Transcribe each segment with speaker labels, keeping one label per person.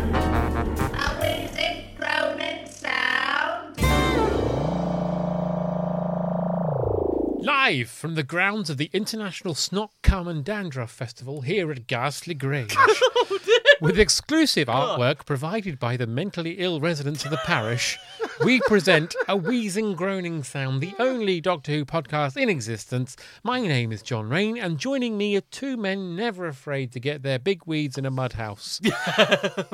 Speaker 1: How is it grown and sound?
Speaker 2: Live from the grounds of the International Snot, Cum and Dandruff Festival here at Ghastly Grange. With exclusive artwork provided by the mentally ill residents of the parish, we present a wheezing, groaning sound, the only Doctor Who podcast in existence. My name is John Rain, and joining me are two men never afraid to get their big weeds in a mud house.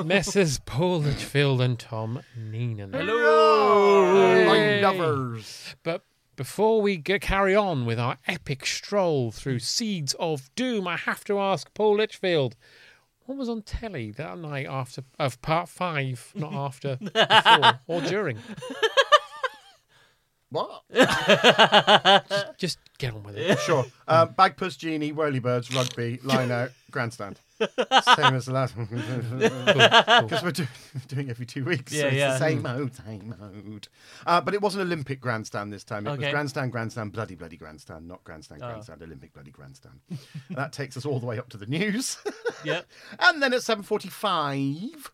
Speaker 2: Messrs. Paul Litchfield and Tom Neenan.
Speaker 3: My lovers.
Speaker 2: But before we g carry on with our epic stroll through Seeds of Doom, I have to ask Paul Litchfield, what was on telly that night after of part five, not after, before, or during?
Speaker 3: What?
Speaker 2: Just get on with it.
Speaker 3: Sure. Um, Bagpuss, Genie, Whirlybirds, Rugby, Line Out, Grandstand. Same as the last one. Because we're do- doing every two weeks. so
Speaker 4: Yeah,
Speaker 3: it's
Speaker 4: yeah.
Speaker 3: the same mode, same mode. Uh, but it was an Olympic grandstand this time. It was
Speaker 4: Okay. Oh.
Speaker 3: grandstand, grandstand, bloody, bloody grandstand, not grandstand, grandstand, Olympic, bloody grandstand. and that takes us all the way up to the news.
Speaker 4: Yep.
Speaker 3: and then at 7.45,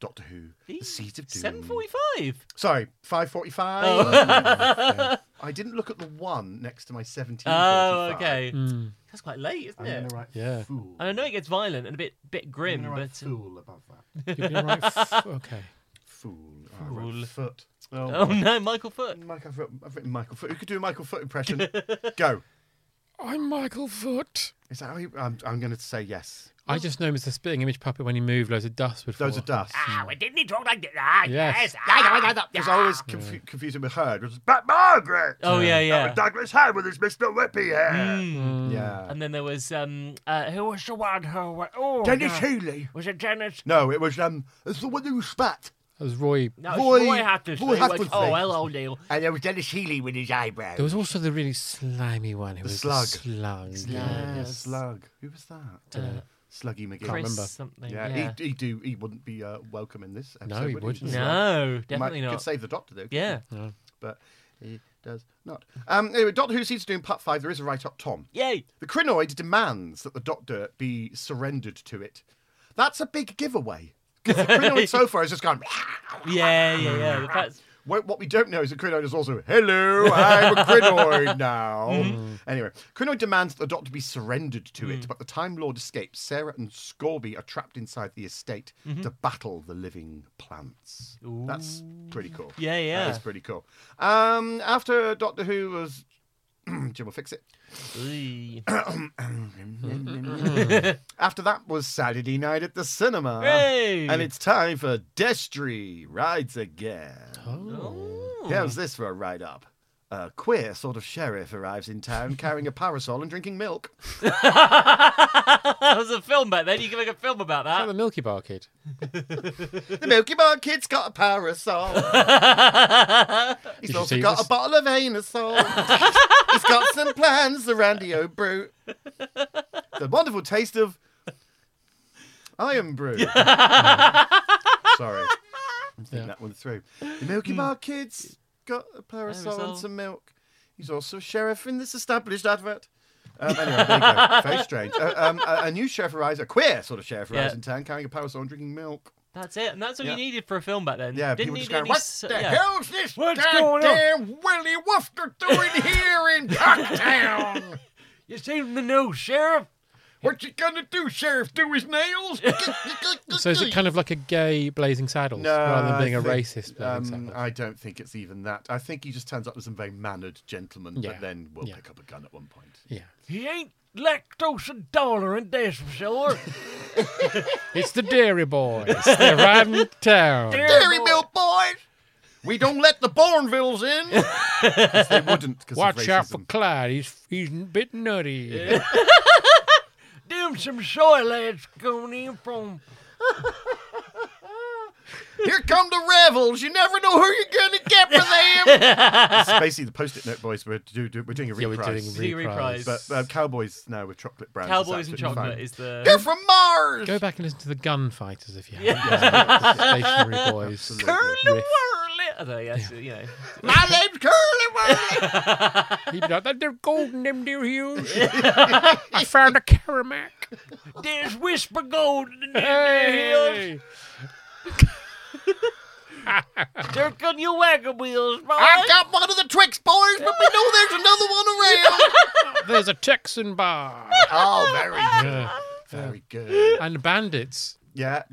Speaker 3: Doctor Who, The Seat of Doom.
Speaker 4: Seven forty-five.
Speaker 3: Sorry, 5.45.
Speaker 4: Oh.
Speaker 3: Yeah. I didn't look at the one next to my 17.45.
Speaker 4: Oh, okay. That's quite late, isn't
Speaker 3: I'm
Speaker 4: it?
Speaker 3: gonna write
Speaker 2: Yeah.
Speaker 3: fool.
Speaker 4: And I know it gets violent and a bit bit
Speaker 3: I'm
Speaker 4: grim,
Speaker 3: gonna write
Speaker 4: but uh,
Speaker 3: fool above that.
Speaker 2: You've been right f- okay.
Speaker 3: Fool. Oh, I wrote
Speaker 4: Fool.
Speaker 3: foot. Oh,
Speaker 4: oh
Speaker 3: my-
Speaker 4: no, Michael Foot.
Speaker 3: Mike, I've, written, I've written Michael Foot. Who could do a Michael Foot impression? Go.
Speaker 2: I'm Michael Foot.
Speaker 3: Is that how you, I'm, I'm going to say yes.
Speaker 2: I just know him as the spitting image puppet when he moved loads of dust would
Speaker 3: Those are
Speaker 2: fall.
Speaker 3: dust.
Speaker 1: Ah, well, didn't he talk like that? Ah,
Speaker 2: Yes.
Speaker 1: yes. Ah, yeah, yeah,
Speaker 3: Because
Speaker 1: yeah.
Speaker 3: I always confu- confuse him with Heard. It was But Margaret!
Speaker 4: Oh yeah, yeah. Mm.
Speaker 3: Douglas Heard with his Mr. Whippy hair. Yeah.
Speaker 4: And then there was um, uh, who was the one who? wa- Oh,
Speaker 3: Dennis
Speaker 4: no.
Speaker 3: Healy.
Speaker 4: Was it Dennis?
Speaker 3: No, it was um, it's the one who spat.
Speaker 2: That was Roy.
Speaker 3: Roy-
Speaker 4: No, Roy, Roy Hattersley.
Speaker 3: Roy
Speaker 4: was-
Speaker 3: Hattersley.
Speaker 4: Oh, hello, Neil.
Speaker 3: And it was Dennis Healy with his eyebrows.
Speaker 2: There was also the really slimy one who was
Speaker 3: slug.
Speaker 2: slug.
Speaker 3: Yeah,
Speaker 4: Yeah,
Speaker 3: Slug. Who was that? Uh, Sluggy McGee.
Speaker 4: Uh, Chris something.
Speaker 3: Yeah,
Speaker 4: Yeah.
Speaker 3: He, he do. He wouldn't be uh, welcome in this. Episode,
Speaker 2: he
Speaker 3: would uh,
Speaker 2: wouldn't.
Speaker 4: No,
Speaker 3: He might-
Speaker 4: definitely not.
Speaker 3: Could save the Doctor though. couldn't
Speaker 4: yeah.
Speaker 3: he? but he does not. Um, anyway, Doctor Who seems to do in Part Five. There is a write up Tom.
Speaker 4: Yay.
Speaker 3: The crinoid demands that the Doctor be surrendered to it. That's a big giveaway. 'Cause The crinoid so far has just gone.
Speaker 4: Yeah, yeah, yeah. The fact-
Speaker 3: What what we don't know is that Crinoid is also, hello, I'm a Crinoid now.
Speaker 4: Mm-hmm.
Speaker 3: Anyway, Crinoid demands that the Doctor be surrendered to
Speaker 4: Mm.
Speaker 3: it, but the Time Lord escapes. Sarah and Scorby are trapped inside the estate
Speaker 4: Mm-hmm.
Speaker 3: to battle the living plants. That's pretty cool.
Speaker 4: Yeah, yeah.
Speaker 3: That is pretty cool. Um, after Doctor Who was. Jim will fix it.
Speaker 4: Eee.
Speaker 3: After that was Saturday night at the cinema.
Speaker 4: Hooray!
Speaker 3: And it's time for Destry Rides Again.
Speaker 4: Oh. Ooh.
Speaker 3: How's this for a write up? A queer sort of sheriff arrives in town carrying a parasol and drinking milk.
Speaker 4: that was a film back then. You can make a film about
Speaker 2: Oh,
Speaker 4: that.
Speaker 2: the Milky Bar kid.
Speaker 3: The Milky Bar kid's got a parasol. He's
Speaker 2: should
Speaker 3: also
Speaker 2: see
Speaker 3: got
Speaker 2: this.
Speaker 3: a bottle of anusol. He's got some plans, the Randio Brute. The wonderful taste of Iron Brew. Sorry. I'm thinking
Speaker 2: Yeah.
Speaker 3: that one through. The Milky Bar kid's got a parasol and
Speaker 4: Parasol.
Speaker 3: some milk. He's also a sheriff in this established advert. Um, anyway, there you go. Very strange. Uh, um, a, a new sheriff arrives, a queer sort of sheriff arrives
Speaker 4: Yeah.
Speaker 3: in town carrying a parasol and drinking milk.
Speaker 4: That's it, and that's all
Speaker 3: Yeah.
Speaker 4: you needed for a film back then.
Speaker 3: Yeah, people
Speaker 4: didn't need
Speaker 3: just going,
Speaker 4: any
Speaker 3: what
Speaker 4: s-
Speaker 3: the
Speaker 4: yeah.
Speaker 3: hell's this
Speaker 4: What's going
Speaker 3: goddamn Willy Wooster doing here in Cocktown?
Speaker 4: You seen the news, Sheriff?
Speaker 3: What's he gonna do, Sheriff? Do his nails?
Speaker 2: So is it kind of like a gay Blazing Saddles rather than being a racist Blazing
Speaker 3: Um,
Speaker 2: Saddles?
Speaker 3: I don't think it's even that. I think he just turns up as some very mannered gentleman,
Speaker 2: Yeah.
Speaker 3: but then will
Speaker 2: Yeah.
Speaker 3: pick up a gun at one point.
Speaker 2: Yeah.
Speaker 4: He ain't
Speaker 5: lactose intolerant, that's for sure.
Speaker 2: It's the Dairy Boys. They're riding to town.
Speaker 3: Dairy Milk Boys! We don't let the Bourneville's in! 'Cause they wouldn't, because of
Speaker 2: Watch
Speaker 3: racism.
Speaker 2: out for Clyde. He's he's a bit nutty.
Speaker 5: Them some soy lads coming in from
Speaker 3: Here come the rebels. You never know who you're going to get with them. It's basically, the post-it note boys were, do, do, we're doing a
Speaker 2: Yeah, we're
Speaker 3: reprise.
Speaker 2: doing
Speaker 4: Do you reprise?
Speaker 2: reprise.
Speaker 3: but uh, cowboys now with chocolate brands. is
Speaker 4: Cowboys and
Speaker 3: absolutely
Speaker 4: Chocolate
Speaker 3: fine.
Speaker 4: is
Speaker 3: They're
Speaker 4: the.
Speaker 3: from Mars.
Speaker 2: Go back and listen to the Gunfighters if you haven't. Stationary Boys.
Speaker 4: Curly
Speaker 2: riff.
Speaker 4: whirly. Oh, there, yes, you know.
Speaker 3: My name's Curly Whirly.
Speaker 2: He'd be like, "That they're golden, them dear Hughes. I found a Caramac.
Speaker 5: this whisper golden.
Speaker 2: Hey!
Speaker 5: There come your wagon wheels, boy.
Speaker 3: I got one of the Twix boys, but we know there's another one around.
Speaker 2: There's a Texan bar.
Speaker 3: oh, very good. Very good.
Speaker 2: And bandits.
Speaker 3: Yeah.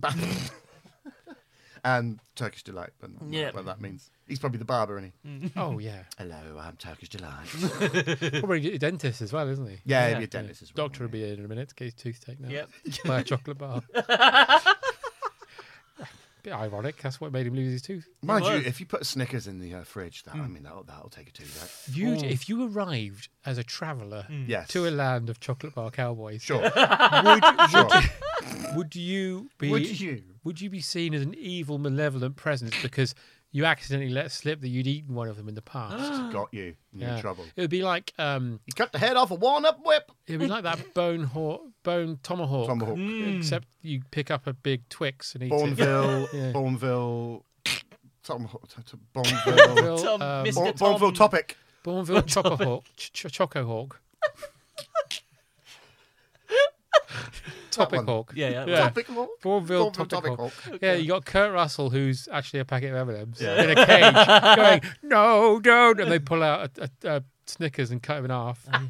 Speaker 3: and Turkish Delight. But
Speaker 4: Yeah. Mm.
Speaker 3: yeah. What that means. He's probably the barber, isn't he?
Speaker 2: Oh, yeah.
Speaker 3: Hello, I'm Turkish Delight.
Speaker 2: Probably a dentist as well, isn't he?
Speaker 3: yeah, he'd be a dentist as well.
Speaker 2: Doctor will be in in a minute. Get his tooth taken out.
Speaker 4: Yep.
Speaker 2: By a chocolate bar. Bit ironic. That's what made him lose his tooth.
Speaker 3: Mind you,
Speaker 4: was.
Speaker 3: if you put Snickers in the uh, fridge, that
Speaker 2: Mm.
Speaker 3: I mean, that'll, that'll take a two. That.
Speaker 2: You,
Speaker 3: Oh.
Speaker 2: if you arrived as a traveller
Speaker 3: Yes.
Speaker 2: Mm. to a land of chocolate bar cowboys,
Speaker 3: Mm. Sure.
Speaker 2: would,
Speaker 3: sure.
Speaker 2: would you be?
Speaker 3: Would you?
Speaker 2: would you be seen as an evil, malevolent presence because you accidentally let slip that you'd eaten one of them in the past?
Speaker 3: Got you. You're in trouble.
Speaker 2: It would be like um,
Speaker 3: He cut the head off a worn-up whip.
Speaker 2: it would be like that bone hawk, bone tomahawk, Mm.
Speaker 3: Tomahawk.
Speaker 4: Mm.
Speaker 2: except you pick up a big Twix and eat it.
Speaker 3: Bourneville,
Speaker 2: Yeah.
Speaker 3: Bourneville, Tom, t- t- Bourneville,
Speaker 2: Bourneville,
Speaker 4: Tom,
Speaker 2: um,
Speaker 4: Mr.
Speaker 3: Bourne-
Speaker 4: Tom.
Speaker 3: Bourneville topic.
Speaker 2: Bourneville Chopper Hawk, ch- ch- Choco Hawk. Topic
Speaker 3: one.
Speaker 2: Hawk.
Speaker 4: Yeah, yeah.
Speaker 3: Topic Hawk.
Speaker 2: Bourneville
Speaker 3: Bourneville
Speaker 2: Topic,
Speaker 3: Topic
Speaker 2: Hawk.
Speaker 3: Hawk.
Speaker 2: Yeah, you got Kurt Russell, who's actually a packet of M&Ms, in a cage, going, no, don't. And they pull out a, a, a Snickers and cut him in half.
Speaker 3: Mm.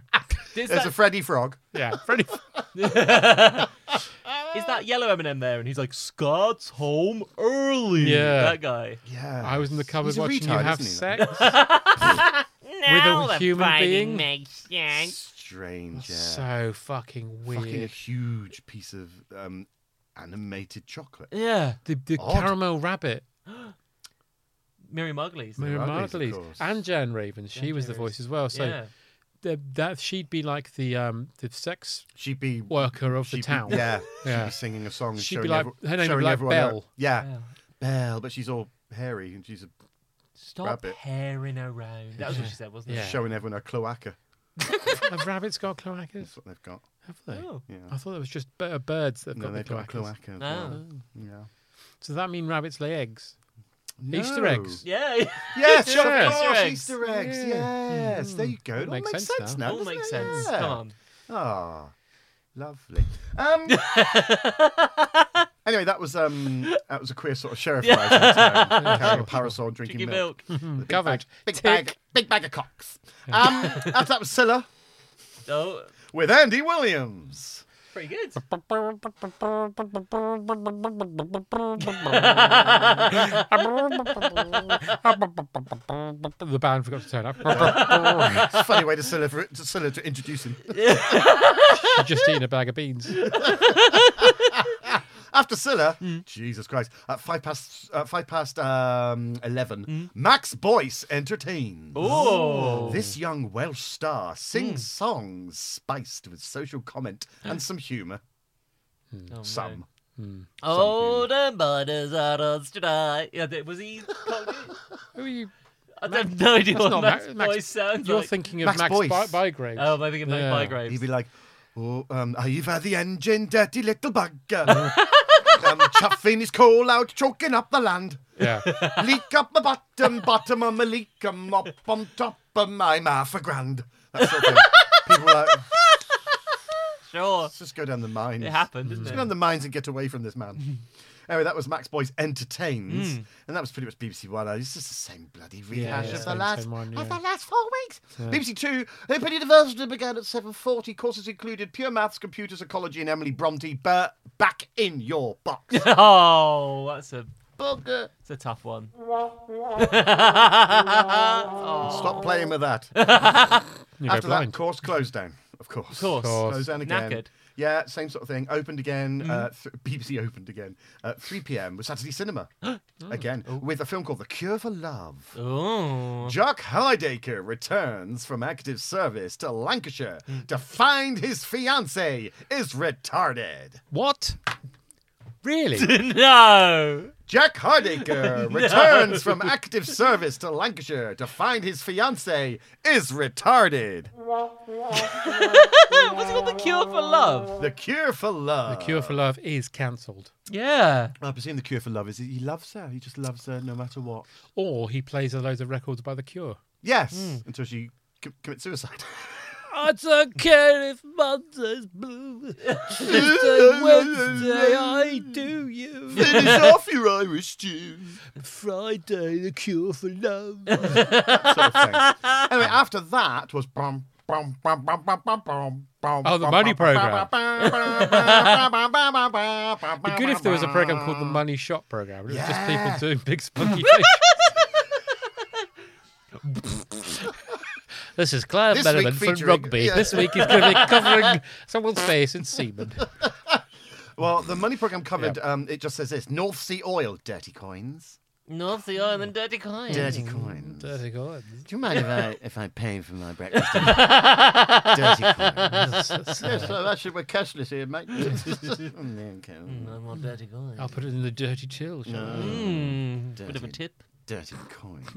Speaker 3: There's
Speaker 4: Is that,
Speaker 3: a Freddy Frog.
Speaker 2: yeah, Freddy.
Speaker 4: is that yellow M&M there? And he's like, Scott's home early.
Speaker 2: Yeah.
Speaker 4: That guy.
Speaker 3: Yeah.
Speaker 2: I was in the cupboard
Speaker 3: He's a
Speaker 2: watching you
Speaker 3: retard,
Speaker 2: have
Speaker 3: isn't he?
Speaker 2: sex.
Speaker 1: Now the
Speaker 2: human
Speaker 1: fighting
Speaker 2: being?
Speaker 1: makes sense.
Speaker 3: Strange. Yeah.
Speaker 2: so fucking weird.
Speaker 3: Fucking a huge piece of um, animated chocolate.
Speaker 4: Yeah.
Speaker 2: the the
Speaker 3: Odd.
Speaker 2: caramel rabbit,
Speaker 4: Mary Mugley's.
Speaker 2: Mary
Speaker 3: Radley's, of
Speaker 2: Margulies,
Speaker 3: course.
Speaker 2: and Jan Raven. She was the voice as well. So
Speaker 4: yeah.
Speaker 2: the, that she'd be like the um the sex
Speaker 3: She'd be.
Speaker 2: worker of
Speaker 3: she'd
Speaker 2: the
Speaker 3: be-
Speaker 2: town.
Speaker 3: Yeah. She'd
Speaker 2: Yeah.
Speaker 3: be singing a song. and
Speaker 2: She'd be
Speaker 3: showing
Speaker 2: like-
Speaker 3: every-
Speaker 2: her name would be
Speaker 3: showing
Speaker 2: like
Speaker 3: everyone
Speaker 2: Belle.
Speaker 3: out. Yeah.
Speaker 4: Yeah.
Speaker 3: Belle, but she's all hairy and she's
Speaker 4: Stop
Speaker 3: Rabbit.
Speaker 4: hairing around. That was what she said, wasn't
Speaker 2: Yeah.
Speaker 4: it?
Speaker 3: showing everyone her cloaca.
Speaker 2: Have rabbits got cloacas?
Speaker 3: That's what they've got.
Speaker 2: Have they?
Speaker 4: Oh.
Speaker 2: I thought it was just b- uh, birds that have
Speaker 3: No,
Speaker 2: got
Speaker 3: they've
Speaker 2: the Oh.
Speaker 3: got a
Speaker 2: cloacas.
Speaker 3: cloaca. As well. Yeah.
Speaker 2: So does that mean rabbits lay eggs? Easter
Speaker 3: No.
Speaker 2: eggs.
Speaker 4: Yeah.
Speaker 3: Yes,
Speaker 2: Yeah.
Speaker 3: of
Speaker 4: Easter
Speaker 3: course,
Speaker 4: eggs.
Speaker 3: Easter eggs.
Speaker 2: Yeah. Hmm.
Speaker 3: Yes, there you go. It all
Speaker 2: makes
Speaker 3: makes sense,
Speaker 2: sense now.
Speaker 3: now.
Speaker 4: All
Speaker 3: doesn't
Speaker 4: makes
Speaker 3: it?
Speaker 4: sense.
Speaker 3: Yeah.
Speaker 4: Come on.
Speaker 3: Ah, lovely. Um, anyway, that was um, that was a queer sort of sheriff ride. downtown, Carrying a parasol, and drinking
Speaker 4: Drinking
Speaker 3: milk.
Speaker 4: milk.
Speaker 3: Big
Speaker 2: Hmm, Covered.
Speaker 3: Bag, big bag, big bag of cocks. Um, after that was Scylla
Speaker 4: Oh,
Speaker 3: with Andy Williams.
Speaker 4: pretty good.
Speaker 2: the band forgot to turn up.
Speaker 3: It's a funny way to Scylla, for, to Scylla to introduce him.
Speaker 2: She'd just eaten a bag of beans.
Speaker 3: After Scylla, Jesus Christ, at five past uh, five past um, eleven, Max Boyce entertains.
Speaker 4: Oh.
Speaker 3: This young Welsh star sings songs spiced with social comment and some humour.
Speaker 4: Oh, no.
Speaker 3: Some.
Speaker 4: Old and butters are on tonight. Yeah, that- was he?
Speaker 2: Who are you?
Speaker 4: I have no idea
Speaker 2: That's
Speaker 4: what
Speaker 2: not
Speaker 4: Max,
Speaker 2: Max.
Speaker 4: voice
Speaker 2: Max-
Speaker 4: sounds
Speaker 2: You're
Speaker 4: like.
Speaker 2: thinking of
Speaker 3: Max
Speaker 2: Max,
Speaker 3: Boyce.
Speaker 2: Bi- Bygrave.
Speaker 4: Oh, maybe in yeah.
Speaker 2: Yeah.
Speaker 4: Bygraves.
Speaker 3: He'd be like, "Oh, um, are you for the engine, dirty little bugger? um, chuffing his coal out, choking up the land.
Speaker 2: Yeah.
Speaker 3: Leak up my bottom, bottom of my leak 'em up on top of my half a grand." That sort of thing. People are like,
Speaker 4: sure.
Speaker 3: let's just go down the mines.
Speaker 4: It happened, didn't
Speaker 3: Let's go down
Speaker 4: it?
Speaker 3: the mines and get away from this man. anyway, that was Max Boyce Entertains, and that was pretty much BBC One. It's just the same bloody rehash
Speaker 2: Hmm. yeah,
Speaker 3: of, the
Speaker 2: same-
Speaker 3: last,
Speaker 2: same one,
Speaker 3: of
Speaker 2: yeah.
Speaker 3: the last four weeks. BBC Two, Open University began at 7.40. Courses included pure maths, computers, ecology, and Emily Bronte. But back in your box.
Speaker 4: Oh, that's a
Speaker 3: Bugger.
Speaker 4: it's a tough one.
Speaker 3: Stop playing with that.
Speaker 2: You go
Speaker 3: After that,
Speaker 2: blind.
Speaker 3: course closed down, of course. Of
Speaker 4: course.
Speaker 2: course.
Speaker 3: Closed down again.
Speaker 4: Knackered.
Speaker 3: Yeah, same sort of thing. Opened again. Uh, th- BBC opened again. Uh, 3 p.m. with Saturday Cinema. again, with a film called The Cure for Love.
Speaker 4: Ooh.
Speaker 3: Jack Heidecker returns from active service to Lancashire to find his fiancée is retarded.
Speaker 2: What? Really?
Speaker 4: No.
Speaker 3: Jack Hardaker returns from active service to Lancashire to find his fiancée is retarded.
Speaker 4: What's it called? The Cure for Love.
Speaker 3: The cure for love.
Speaker 2: Cure for Love is cancelled.
Speaker 4: Yeah.
Speaker 3: I presume the cure for love is he loves her. He just loves her no matter what.
Speaker 2: Or he plays a load of records by The Cure.
Speaker 3: Yes, until she c- commits suicide.
Speaker 2: I don't care if Monday's blue. Tuesday, Wednesday, I do you.
Speaker 3: Finish off your Irish stew.
Speaker 2: Friday, the cure for love.
Speaker 3: Sort of thing. Anyway, after that was bum. Bum, bum, bum, bum, bum, bum, bum,
Speaker 2: Oh, the
Speaker 3: bum,
Speaker 2: money
Speaker 3: bum, bum,
Speaker 2: programme.
Speaker 3: bum, bum, bum, bum, bum, bum, bum, bum,
Speaker 2: Be good if there was a program called the
Speaker 3: bum.
Speaker 2: Money Shot Program. It was just
Speaker 3: Yeah.
Speaker 2: people doing big spunky things. this is Clive
Speaker 3: This
Speaker 2: Mellerman
Speaker 3: week
Speaker 2: from
Speaker 3: featuring-
Speaker 2: Rugby.
Speaker 3: yeah.
Speaker 2: This week is going to be covering someone's face in semen.
Speaker 3: Well, the money program covered. Um, it just says this: North Sea oil, dirty coins,
Speaker 4: North the Island, Dirty Coins.
Speaker 3: coins.
Speaker 2: Dirty God.
Speaker 3: Do you mind if I if I pay for my breakfast? dirty Oh, coins. yes, so actually we're cashless here, mate.
Speaker 4: I want Dirty Coins.
Speaker 2: I'll put it in the dirty till. shall I?
Speaker 4: Mm, bit of a
Speaker 3: Dirty.
Speaker 4: tip.
Speaker 3: dirty coins.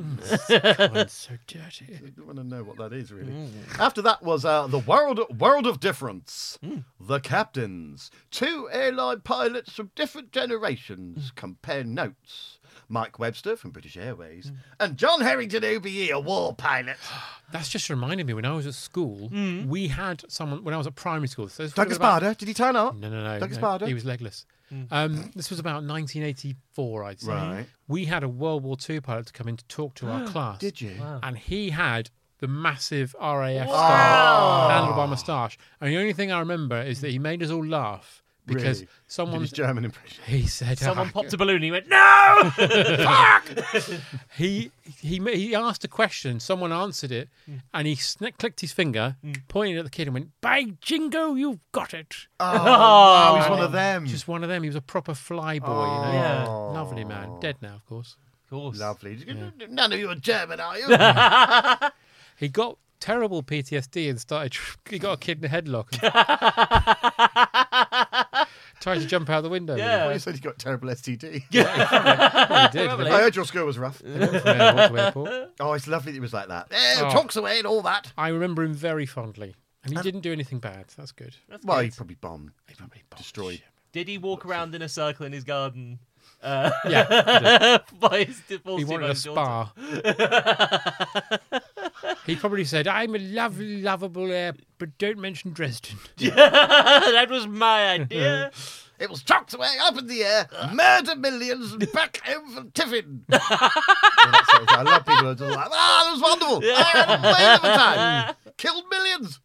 Speaker 2: It's so dirty.
Speaker 3: I want to know what that is really. After that was uh, the world world of difference. The captains, two airline pilots from different generations, compare notes. Mike Webster from British Airways and John Harrington OBE, a war pilot.
Speaker 2: That's just reminded me when I was at school, we had someone, when I was at primary school. So this was
Speaker 3: Douglas
Speaker 2: about-
Speaker 3: Bader, did he turn up?
Speaker 2: No, no, no.
Speaker 3: Douglas
Speaker 2: no,
Speaker 3: Bader.
Speaker 2: He was legless. Um, this was about 1984, I'd say.
Speaker 3: Right.
Speaker 2: We had a World War II pilot to come in to talk to our class.
Speaker 3: Did you?
Speaker 2: And he had the massive RAF star handled by moustache. And the only thing I remember is that he made us all laugh because
Speaker 3: Really? Did
Speaker 2: someone
Speaker 3: his German impression.
Speaker 2: he said
Speaker 4: Someone
Speaker 2: "Ah,
Speaker 4: popped a balloon and he went, No!
Speaker 2: Oh, he he ma- he asked a question. Someone answered it, and he sn- clicked his finger, pointed at the kid, and went, "By jingo, you've got it!"
Speaker 3: Oh, he's one of them.
Speaker 2: Just one of them. He was a proper fly boy, you know.
Speaker 4: Yeah.
Speaker 2: Lovely man. Dead now, of course.
Speaker 4: Of course.
Speaker 3: Lovely. None of you are German, are you?
Speaker 2: He got terrible PTSD and started. He got a kid in a headlock. And tried to jump out the window.
Speaker 4: Yeah.
Speaker 3: Oh, you said you got terrible STD.
Speaker 2: Well, he did. He
Speaker 3: I heard your school was rough.
Speaker 2: went from airport to airport.
Speaker 3: Oh, it's lovely that it was like that. Eh,
Speaker 2: Oh.
Speaker 3: Talks away and all that.
Speaker 2: I remember him very fondly, and he didn't do anything bad. That's good.
Speaker 3: well, he probably bombed. He probably destroyed.
Speaker 4: Did he walk around in a circle in his garden
Speaker 2: Yeah, he did.
Speaker 4: by his divorced
Speaker 2: he wanted a spa. he probably said, "I'm a lovely, lovable air, but don't mention Dresden."
Speaker 4: that was my idea.
Speaker 3: It was chucked away up in the air, murder millions, and back home from Tiffin. Uh. Yeah, that's sort of- I love people who are just like, ah, that was wonderful. I had a whale of a time. Killed millions.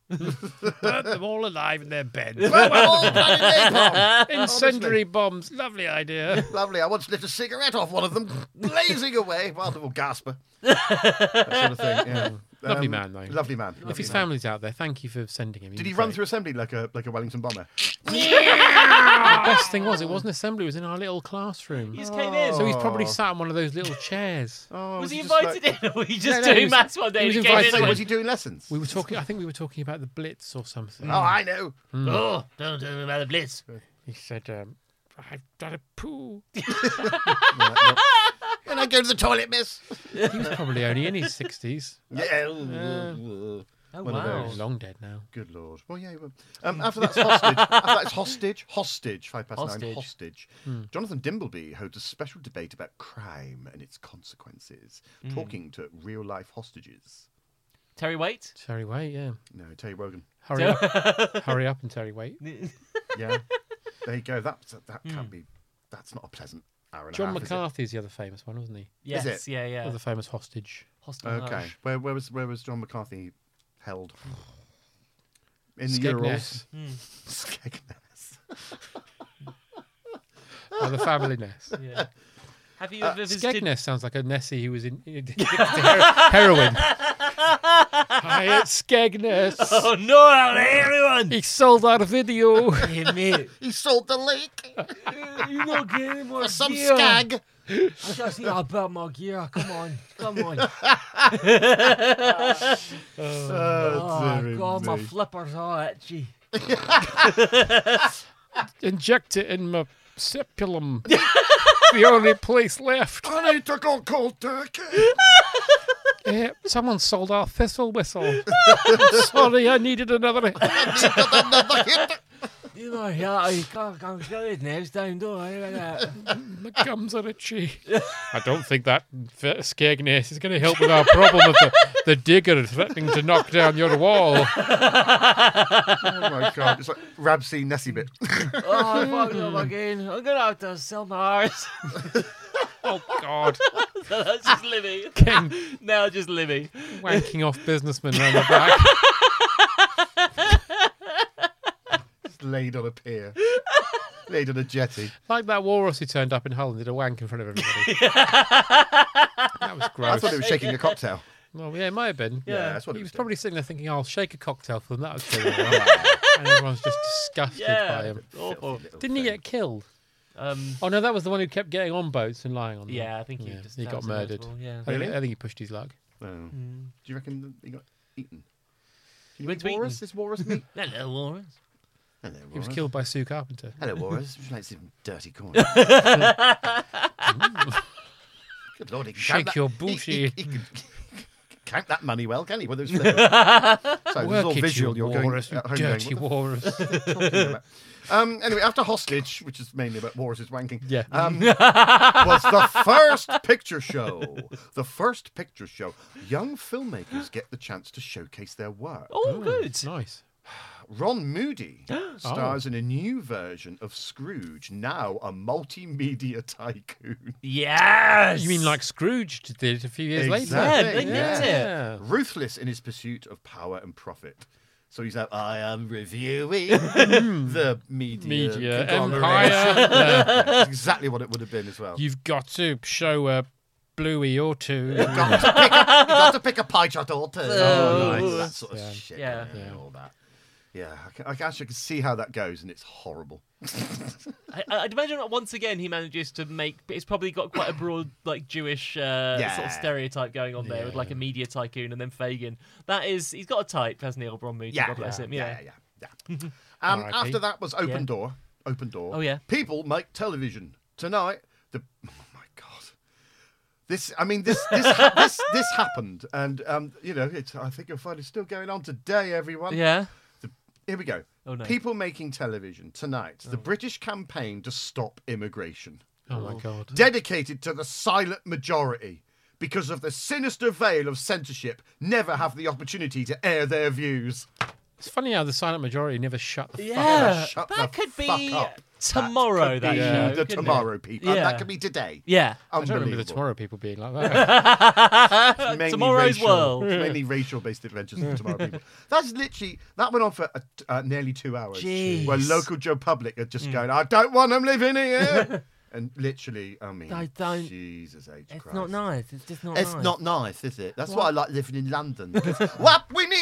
Speaker 2: Burnt them all alive in their beds.
Speaker 3: Burnt them all bloody napalm.
Speaker 2: Incendiary bombs. Lovely idea.
Speaker 3: Lovely. I once lit a cigarette off one of them, blazing away. Wonderful gasper. that sort of thing. Yeah.
Speaker 2: Lovely man, though.
Speaker 3: Lovely man.
Speaker 2: If
Speaker 3: lovely
Speaker 2: his
Speaker 3: man.
Speaker 2: family's out there, thank you for sending him.
Speaker 3: Did
Speaker 2: was
Speaker 3: he run
Speaker 2: great.
Speaker 3: through assembly like a like a Wellington bomber?
Speaker 2: The best thing
Speaker 3: Oh.
Speaker 2: was, it wasn't assembly. It was in our little classroom.
Speaker 4: He just came in.
Speaker 2: Oh. So he's probably sat on one of those little chairs.
Speaker 3: Oh,
Speaker 4: was he
Speaker 3: just like-
Speaker 4: invited in or was he just
Speaker 2: No, no, he
Speaker 4: doing
Speaker 2: was-
Speaker 4: maths one day
Speaker 2: he
Speaker 4: and he
Speaker 2: was
Speaker 4: came in
Speaker 2: invited
Speaker 4: and
Speaker 2: in.
Speaker 3: was
Speaker 4: went,
Speaker 3: he doing lessons?
Speaker 2: We were talking. I think we were talking about the Blitz or something.
Speaker 3: Oh, I know.
Speaker 4: Oh, don't tell me about the blitz.
Speaker 2: He said, um, "I've done a poo."
Speaker 3: Can I go to the toilet, miss?
Speaker 2: He was probably only in his sixties.
Speaker 3: Yeah.
Speaker 4: Oh,
Speaker 3: One of
Speaker 4: wow.
Speaker 3: those.
Speaker 2: Long dead now.
Speaker 3: Good lord. Well, yeah. Well, um, after that's hostage. after that's hostage. Hostage. Five past nine.
Speaker 4: Hostage.
Speaker 3: Hostage. Hmm. Jonathan Dimbleby holds a special debate about crime and its consequences, talking to real life hostages.
Speaker 4: Terry Wait.
Speaker 2: Terry Wait, yeah.
Speaker 3: No, Terry Wogan.
Speaker 2: Hurry up, hurry up, and Terry Wait.
Speaker 3: Yeah. there you go. That's that can be. That's not a pleasant hour and
Speaker 2: John
Speaker 3: a half. is it?
Speaker 2: McCarthy's the other famous one, wasn't he?
Speaker 4: Yes,
Speaker 3: it?
Speaker 4: yeah, yeah.
Speaker 2: Other famous hostage.
Speaker 4: Hostage.
Speaker 3: Okay. Where, where was where was John McCarthy held? In the
Speaker 2: Skegness.
Speaker 3: Urals. Skegness.
Speaker 2: Or the family Ness.
Speaker 4: Yeah.
Speaker 3: Uh,
Speaker 4: Have you ever visited?
Speaker 2: Skegness sounds like a Nessie who was in, in- addicted to hero- heroin. Hi, it's Skegness.
Speaker 4: Oh no, out of everyone!
Speaker 2: He sold our video.
Speaker 4: Damn it.
Speaker 3: He sold the lake
Speaker 5: you not getting my
Speaker 3: for some
Speaker 5: gear.
Speaker 3: skag.
Speaker 5: I just need to build my gear. Come on, come on. oh God, my flippers are itchy.
Speaker 2: Inject it in my sepulum. the only place left.
Speaker 3: I need to go cold turkey.
Speaker 2: Eh, someone sold our thistle whistle. Sorry, I needed another.
Speaker 5: You know, yeah, you can't come get his nails down, do I?
Speaker 2: My gums are itchy. I don't think that f- Skegness is going to help with our problem of the, the digger threatening to knock down your wall.
Speaker 3: Oh my god, it's like Rabsy Nessie bit.
Speaker 5: Oh, I fucked
Speaker 3: Hmm.
Speaker 5: up again. I'm gonna have to sell my arse.
Speaker 2: Oh, God.
Speaker 4: No, that's just Libby.
Speaker 2: Ken
Speaker 4: Now just Libby.
Speaker 2: wanking off businessmen round the back.
Speaker 3: It's laid on a pier, laid on a jetty.
Speaker 2: Like that walrus who turned up in Hull and did a wank in front of everybody. that was
Speaker 3: I
Speaker 2: gross.
Speaker 3: thought it was shaking a cocktail.
Speaker 2: Well, yeah, it might have been.
Speaker 3: Yeah, that's what
Speaker 2: He
Speaker 3: it
Speaker 2: was
Speaker 3: was.
Speaker 2: probably sitting there thinking, I'll shake a cocktail for them. That was pretty well.
Speaker 3: Oh.
Speaker 2: And everyone's just disgusted by
Speaker 4: Yeah.
Speaker 2: him.
Speaker 5: Oh,
Speaker 4: Awful.
Speaker 2: Didn't he get killed?
Speaker 4: Um,
Speaker 2: Oh, no, that was the one who kept getting on boats and lying on them.
Speaker 4: yeah, I think he
Speaker 2: Yeah,
Speaker 4: just
Speaker 2: he
Speaker 4: that
Speaker 2: got
Speaker 4: was the
Speaker 2: murdered.
Speaker 4: notable, Yeah.
Speaker 2: I, think-
Speaker 3: Really?
Speaker 2: I think he pushed his luck.
Speaker 3: Oh. Do you reckon that he got eaten? Can you
Speaker 4: went
Speaker 3: eat
Speaker 4: to Eton.
Speaker 3: walrus? Is walrus meat?
Speaker 4: Hello, Warren.
Speaker 3: Hello,
Speaker 2: He was
Speaker 3: walrus.
Speaker 2: killed by Sue Carpenter.
Speaker 3: Hello, walrus. Would you like some dirty corn? Good lord, he can
Speaker 2: Shake
Speaker 3: count that-
Speaker 2: your
Speaker 3: he-
Speaker 2: booty.
Speaker 3: He, he can count that money well, can he? Well, there's so this is
Speaker 2: Work
Speaker 3: all
Speaker 2: it,
Speaker 3: visual.
Speaker 2: you
Speaker 3: You're going
Speaker 2: walrus, you
Speaker 3: at home going,
Speaker 2: dirty walrus.
Speaker 3: "What the fuck are you talking about?" Um, anyway, after Hostage, which is mainly about walruses wanking,
Speaker 2: Yeah.
Speaker 3: um, was the first picture show. The first picture show. Young filmmakers get the chance to showcase their work.
Speaker 4: Oh, good.
Speaker 2: nice.
Speaker 3: Ron Moody
Speaker 2: Oh.
Speaker 3: stars in a new version of Scrooge, now a multimedia tycoon.
Speaker 4: Yes.
Speaker 2: You mean like Scrooge did it a few years
Speaker 3: Exactly.
Speaker 4: Yeah, they
Speaker 2: later?
Speaker 4: did it.
Speaker 2: Oh.
Speaker 3: Ruthless in his pursuit of power and profit. So he's like, I am reviewing the
Speaker 2: uh,
Speaker 3: media,
Speaker 2: Media
Speaker 3: conglomerate."
Speaker 2: empire.
Speaker 3: Yeah, that's exactly what it would have been as well.
Speaker 2: You've got to show a bluey or two.
Speaker 3: got to pick a, you got to pick a pie chart or two.
Speaker 4: Oh,
Speaker 3: Like
Speaker 4: nice.
Speaker 3: That sort of
Speaker 2: Yeah.
Speaker 3: shit.
Speaker 4: Yeah.
Speaker 3: and All that. Yeah, I can, I can actually can see how that goes, and it's horrible.
Speaker 4: I, I'd imagine that once again he manages to make. It's probably got quite a broad like Jewish uh, sort
Speaker 3: Yeah.
Speaker 4: of stereotype going on there with like a media tycoon and then Fagan. That is, he's got a type, hasn't he, L. Bron Moody? God bless him. Yeah.
Speaker 3: yeah, yeah. yeah. um,
Speaker 2: R.I.P.
Speaker 3: after that was Open
Speaker 4: Yeah.
Speaker 3: Door. Open Door.
Speaker 4: Oh, yeah.
Speaker 3: People make television tonight. The oh my god. This, I mean, this this this this happened, and um, you know, it's. I think you'll find it's still going on today, everyone.
Speaker 4: Yeah.
Speaker 3: The- here we go.
Speaker 4: Oh, no. Oh.
Speaker 3: People making television tonight. The British campaign to stop immigration
Speaker 2: Oh my god.
Speaker 4: Hmm.
Speaker 3: dedicated to the silent majority because of the sinister veil of censorship never have the opportunity to air their views
Speaker 2: It's funny how the silent majority never shut the fuck up.
Speaker 4: Yeah.
Speaker 3: shut
Speaker 4: that
Speaker 3: the
Speaker 4: could
Speaker 3: fuck
Speaker 4: be
Speaker 3: up.
Speaker 4: tomorrow. That,
Speaker 3: Be the
Speaker 4: show, couldn't it?
Speaker 3: tomorrow people and
Speaker 4: Yeah.
Speaker 3: that could be today
Speaker 4: Yeah.
Speaker 2: I don't remember the
Speaker 3: Unbelievable.
Speaker 2: tomorrow people being like that.
Speaker 3: It's mainly
Speaker 4: Tomorrow's
Speaker 3: racial-
Speaker 4: world.
Speaker 3: it's mainly racial-based adventures of the tomorrow people that's literally that went on for uh, t- uh, nearly two hours
Speaker 4: Jeez.
Speaker 3: where local joe public are just going i don't want them living here and literally i mean
Speaker 5: I don't-
Speaker 3: jesus h
Speaker 5: It's
Speaker 3: Christ.
Speaker 5: not nice. It's just not
Speaker 3: It's
Speaker 5: nice.
Speaker 3: not nice, is it? That's why I like living in London. 'cause what we need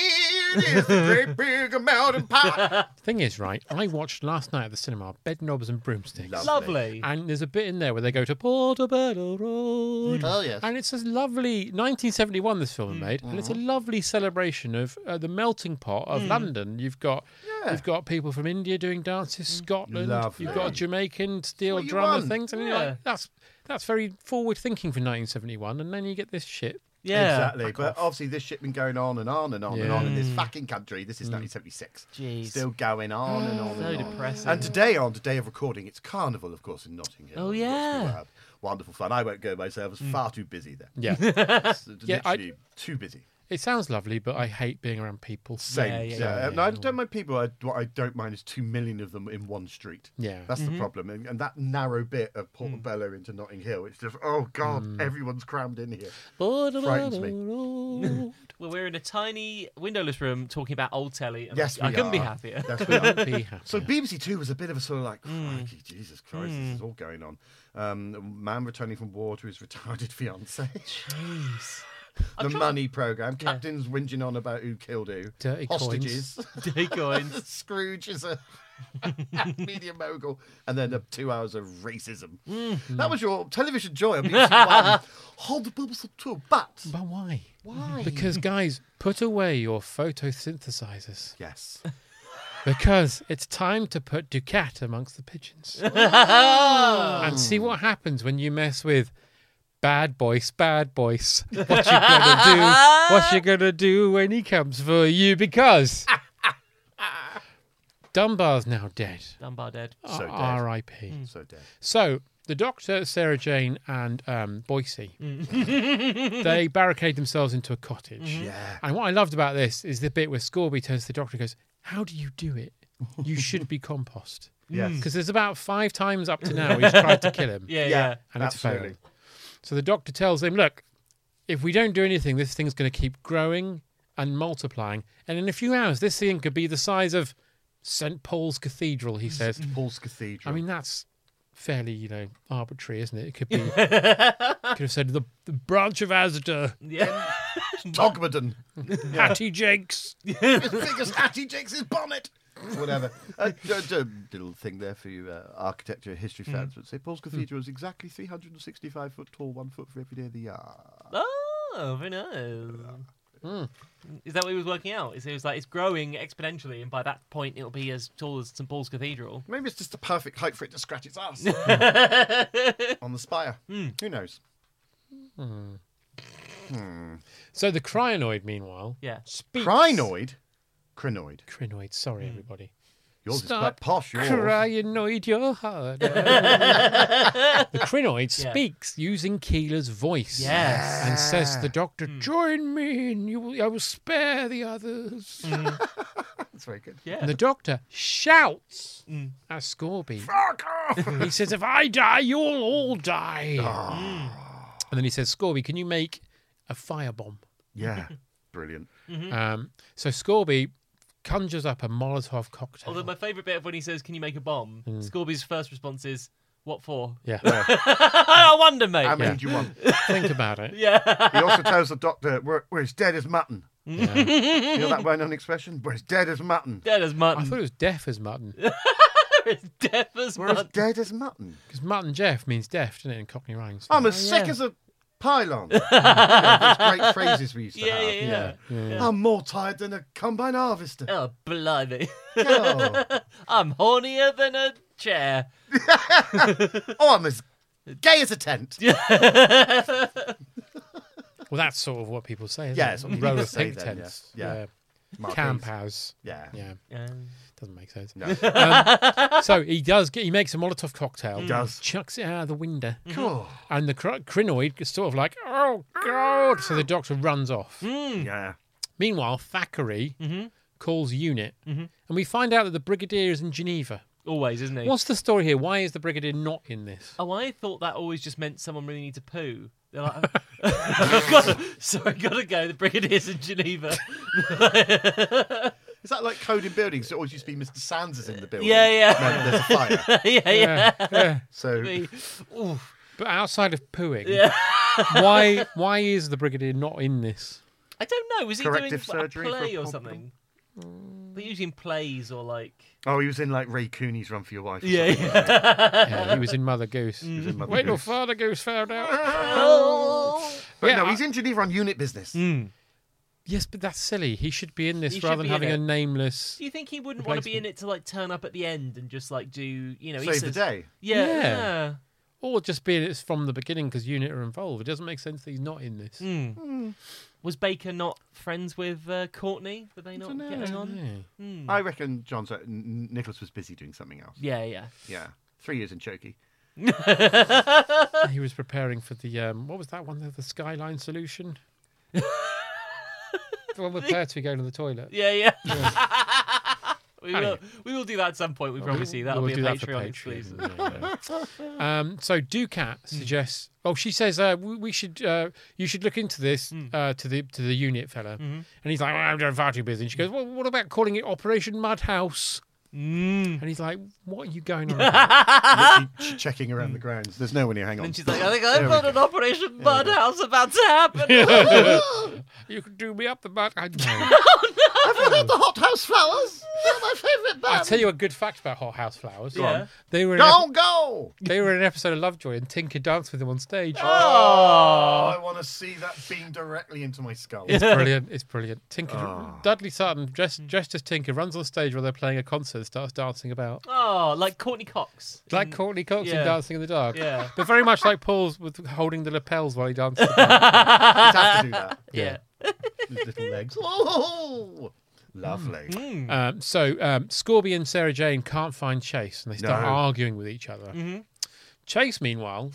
Speaker 3: is a great big amount of power.
Speaker 2: Thing is, right, I watched last night at the cinema Bed Knobs and Broomsticks.
Speaker 4: Lovely.
Speaker 2: And there's a bit in there where they go to Portobello Road.
Speaker 3: Oh, yes.
Speaker 2: And it's a lovely 1971 this film
Speaker 3: Mm.
Speaker 2: made, and it's
Speaker 3: Uh-huh.
Speaker 2: a lovely celebration of uh, the melting pot of London. You've got
Speaker 3: Mm. Yeah. Mm.
Speaker 2: you've got people from India doing dances, Scotland,
Speaker 3: Lovely.
Speaker 2: you've got a Jamaican steel
Speaker 3: what you
Speaker 2: drummer
Speaker 3: want.
Speaker 2: things, and you're
Speaker 4: Yeah.
Speaker 2: like, that's that's very forward thinking for 1971, and then you get this shit.
Speaker 4: Yeah.
Speaker 3: Exactly. But obviously, this shit been going on and on and on and
Speaker 2: Yeah.
Speaker 3: on in this fucking country. This is 1976.
Speaker 4: Mm. Jeez.
Speaker 3: Still going on and on and
Speaker 4: So
Speaker 3: on.
Speaker 4: depressing.
Speaker 3: And today, on the day of recording, it's Carnival, of course, in Nottingham.
Speaker 4: Oh,
Speaker 3: which we
Speaker 4: yeah. Mm.
Speaker 3: had Wonderful fun. I won't go myself. It's far too busy there.
Speaker 2: Yeah.
Speaker 3: It's
Speaker 2: Yeah, I-
Speaker 3: literally too busy.
Speaker 2: It sounds lovely, but I hate being around people.
Speaker 3: Same.
Speaker 4: Yeah,
Speaker 3: Yeah,
Speaker 4: yeah,
Speaker 3: No, I don't mind people. I, what I don't mind is two million of them in one street.
Speaker 2: Yeah.
Speaker 3: That's
Speaker 4: Mm-hmm.
Speaker 3: the problem. And, and that narrow bit of Portobello
Speaker 4: Mm.
Speaker 3: into Notting Hill, it's just, oh, God, everyone's crammed in here. Frightens me.
Speaker 2: Road.
Speaker 4: Well, we're in a tiny windowless room talking about old telly. And
Speaker 3: Yes,
Speaker 4: I, I
Speaker 3: we
Speaker 4: couldn't be
Speaker 3: are.
Speaker 4: happier.
Speaker 3: That's what I'm-
Speaker 2: Be happy.
Speaker 3: So BBC Two was a bit of a sort of like, "Oh,
Speaker 2: Hmm.
Speaker 3: crikey, Jesus Christ, this is all going on. Um, a man returning from war to his retarded fiancée. the money program. Captain's whinging on about who killed who.
Speaker 2: Dirty coins.
Speaker 3: Hostages.
Speaker 4: Day coins.
Speaker 3: Scrooge is a media mogul, and then the two hours of racism.
Speaker 2: Mm-hmm.
Speaker 3: That was your television joy on BBC One. Hold the bubbles up to a bat.
Speaker 2: But why? Why? Because, guys, put away your photosynthesizers.
Speaker 3: Yes.
Speaker 2: Because it's time to put Ducat amongst the pigeons. and see what happens when you mess with bad boys, bad boys. What you gonna do? What you gonna do when he comes for you? Because Dunbar's now dead.
Speaker 4: Dunbar dead.
Speaker 2: Oh.
Speaker 3: So dead.
Speaker 2: R.I.P.
Speaker 3: So dead.
Speaker 2: So the Doctor, Sarah Jane, and um, Boise, they barricade themselves into a cottage.
Speaker 3: Yeah.
Speaker 2: And what I loved about this is the bit where Scorby turns to the Doctor and goes, "How do you do it? You should be compost."
Speaker 3: Yes.
Speaker 2: Because there's about five times up to now he's tried to kill him,
Speaker 4: Yeah, yeah.
Speaker 2: and it's
Speaker 3: absolutely.
Speaker 2: failed. So the Doctor tells him, "Look, if we don't do anything, this thing's going to keep growing and multiplying, and in a few hours, this thing could be the size of St Paul's Cathedral." He says.
Speaker 3: Paul's Cathedral.
Speaker 2: I mean, that's fairly, you know, arbitrary, isn't it? It could be. could have said the, the branch of Asda,
Speaker 4: Yeah.
Speaker 3: Dogmaden.
Speaker 2: Hattie Jakes.
Speaker 3: as big as Hattie Jakes' bonnet. Whatever. A little thing there for you uh, architecture history fans would say Paul's Cathedral is exactly 365 foot tall, one foot for every day of the year.
Speaker 4: Oh, very nice. Is that what he was working out? Is it was like it's growing exponentially, and by that point it'll be as tall as St Paul's Cathedral.
Speaker 3: Maybe it's just the perfect height for it to scratch its Hmm. ass on the spire. Who knows?
Speaker 2: So the crinoid, meanwhile.
Speaker 4: Yeah.
Speaker 2: Speaks.
Speaker 3: Crinoid? Crinoid.
Speaker 2: Crinoid, sorry, everybody.
Speaker 3: Yours is
Speaker 2: Stop
Speaker 3: quite posh, yours.
Speaker 2: Crinoid, you're hard. the crinoid
Speaker 4: Yeah.
Speaker 2: speaks using Keeler's voice.
Speaker 4: Yes.
Speaker 2: And says to the doctor, join me and you will, I will spare the others.
Speaker 3: That's very good.
Speaker 4: Yeah.
Speaker 2: And the doctor shouts at Scorby. he says, If I die, you'll all die.
Speaker 3: Ah.
Speaker 2: And then he says, Scorby, can you make a firebomb?
Speaker 3: Yeah. Brilliant.
Speaker 2: Um, so Scorby conjures up a Molotov cocktail.
Speaker 4: Although my favourite bit of when he says, "Can you make a bomb?" Scorby's first response is, "What for?"
Speaker 2: yeah,
Speaker 4: I wonder, mate.
Speaker 3: How many do you want?
Speaker 2: think about it.
Speaker 4: yeah.
Speaker 3: He also tells the doctor, we're, we're as dead as mutton. You know that well known expression? We're as dead as mutton.
Speaker 4: Dead as
Speaker 2: I
Speaker 4: mutton.
Speaker 2: thought it was deaf as mutton.
Speaker 4: it's deaf as
Speaker 3: We're as
Speaker 4: mutton.
Speaker 3: dead as mutton.
Speaker 2: Because mutton Jeff means deaf, doesn't it, in Cockney rhymes?
Speaker 3: I'm as sick as a pylon. Yeah, those great phrases we used to
Speaker 4: Yeah,
Speaker 3: have.
Speaker 4: yeah, yeah.
Speaker 3: I'm more tired than a combine harvester.
Speaker 4: Oh, blimey.
Speaker 3: Oh.
Speaker 4: I'm hornier than a chair.
Speaker 3: Oh, I'm as gay as a tent.
Speaker 2: Well, that's sort of what people say. Isn't
Speaker 3: Yeah, it's
Speaker 2: it?
Speaker 3: what people
Speaker 2: row of
Speaker 3: say
Speaker 2: pig
Speaker 3: then, yeah.
Speaker 2: tents.
Speaker 3: Yeah. Mark
Speaker 2: camp
Speaker 3: Rees.
Speaker 2: house.
Speaker 3: Yeah.
Speaker 2: Yeah,
Speaker 4: Yeah.
Speaker 2: doesn't make sense.
Speaker 3: No.
Speaker 2: Um, so he does. Get, he makes a Molotov
Speaker 4: Mm.
Speaker 2: cocktail.
Speaker 3: does.
Speaker 2: Chucks it out of the window.
Speaker 3: Cool.
Speaker 2: And the cr- crinoid is sort of like, oh god! So
Speaker 4: Ah!
Speaker 2: the doctor runs off.
Speaker 4: Mm.
Speaker 3: Yeah.
Speaker 2: Meanwhile, Thackeray
Speaker 4: Mm-hmm.
Speaker 2: calls Unit, and we find out that the brigadier is in Geneva.
Speaker 4: Always, isn't he?
Speaker 2: What's the story here? Why is the brigadier not in this?
Speaker 4: Oh, I thought that always just meant someone really needs to poo. They're like, I've got sorry, gotta go. The brigadier's in Geneva.
Speaker 3: Is that like code in buildings? It always used to be Mr. Sands is in the building.
Speaker 4: Yeah, yeah.
Speaker 3: When there's a fire.
Speaker 4: yeah, yeah.
Speaker 3: So
Speaker 4: Oof.
Speaker 2: But outside of pooing, why why is the brigadier not in this?
Speaker 4: I don't know. Was he doing
Speaker 3: Corrective
Speaker 4: like, a
Speaker 3: surgery for a
Speaker 4: play or
Speaker 3: problem?
Speaker 4: something? They're usually in plays or like.
Speaker 3: Oh, he was in like Ray Cooney's Run for Your Wife. or
Speaker 4: Yeah,
Speaker 3: something.
Speaker 4: yeah.
Speaker 2: Yeah, he was in Mother Goose.
Speaker 4: Mm.
Speaker 3: He was in Mother
Speaker 2: Wait till
Speaker 3: Goose.
Speaker 2: Father Goose found out.
Speaker 3: But
Speaker 2: Yeah,
Speaker 3: no,
Speaker 2: I-
Speaker 3: he's in Geneva on unit business.
Speaker 4: Mm.
Speaker 2: Yes, but that's silly. He should be in
Speaker 4: He
Speaker 2: this
Speaker 4: should
Speaker 2: rather than
Speaker 4: be in
Speaker 2: having a
Speaker 4: it.
Speaker 2: nameless.
Speaker 4: Do you think he wouldn't want to be in it to like turn up at the end and just like do you know he
Speaker 3: Save the
Speaker 4: says-
Speaker 3: day.
Speaker 4: Yeah,
Speaker 2: Yeah.
Speaker 4: yeah.
Speaker 2: Or just be in it from the beginning because Unit are involved. It doesn't make sense that he's not in this.
Speaker 4: Mm. Was Baker not friends with uh, Courtney? Were they not getting on?
Speaker 2: Yeah.
Speaker 3: I reckon John Sir- N- Nicholas was busy doing something else.
Speaker 4: Yeah, yeah.
Speaker 3: Yeah. Three years in Chokey.
Speaker 2: He was preparing for the um, what was that one? The, the skyline solution. the one with Pertwee going to the toilet.
Speaker 4: Yeah, yeah. we, will,
Speaker 2: Anyway.
Speaker 4: we will do that at some point, we promise you. That'll
Speaker 2: We'll
Speaker 4: be
Speaker 2: Oh, do that
Speaker 4: a Patreon,
Speaker 2: for Patreon,
Speaker 4: exclusive.
Speaker 2: yeah, yeah. um, so Ducat
Speaker 4: Hmm.
Speaker 2: suggests. Well, she says uh, we we should. Uh, you should look into this
Speaker 4: Hmm.
Speaker 2: uh, to the to the
Speaker 4: Mm-hmm.
Speaker 2: unit fella, and he's like, "Oh, I'm doing far too busy. And she goes, Well, what about calling it Operation Mud House?
Speaker 4: Mm.
Speaker 2: And he's like, "What are you going on?" about?"
Speaker 3: Literally ch- checking around the grounds. There's no one here. Hang on.
Speaker 4: And she's like, I think I've
Speaker 3: Oh, There we
Speaker 4: got
Speaker 3: go.
Speaker 4: an Operation Mud House about to happen.
Speaker 2: you can do me up the butt. I know.
Speaker 3: Have you heard the hot house flowers? They're my favourite
Speaker 2: I'll tell you a good fact about Hot House Flowers.
Speaker 4: Go on.
Speaker 2: They were in an
Speaker 3: Go,
Speaker 2: epi-
Speaker 3: go!
Speaker 2: they were in an episode of Lovejoy, and Tinker danced with them on stage.
Speaker 3: Oh, I want to see that beam directly into my skull.
Speaker 2: It's brilliant. It's brilliant. Tinker Dudley Sutton dressed dressed as Tinker runs on stage while they're playing a concert, and starts dancing about.
Speaker 4: oh, like Courtney Cox.
Speaker 2: Like Courtney Cox in
Speaker 4: yeah.
Speaker 2: Dancing in the Dark.
Speaker 4: Yeah.
Speaker 2: But very much like Paul's with holding the lapels while he dances.
Speaker 3: You'd have to do that.
Speaker 4: Yeah.
Speaker 3: His little legs. Oh, lovely.
Speaker 2: um, so um, Scorby and Sarah Jane can't find Chase and they start
Speaker 3: No.
Speaker 2: arguing with each other.
Speaker 4: Mm-hmm.
Speaker 2: Chase, meanwhile,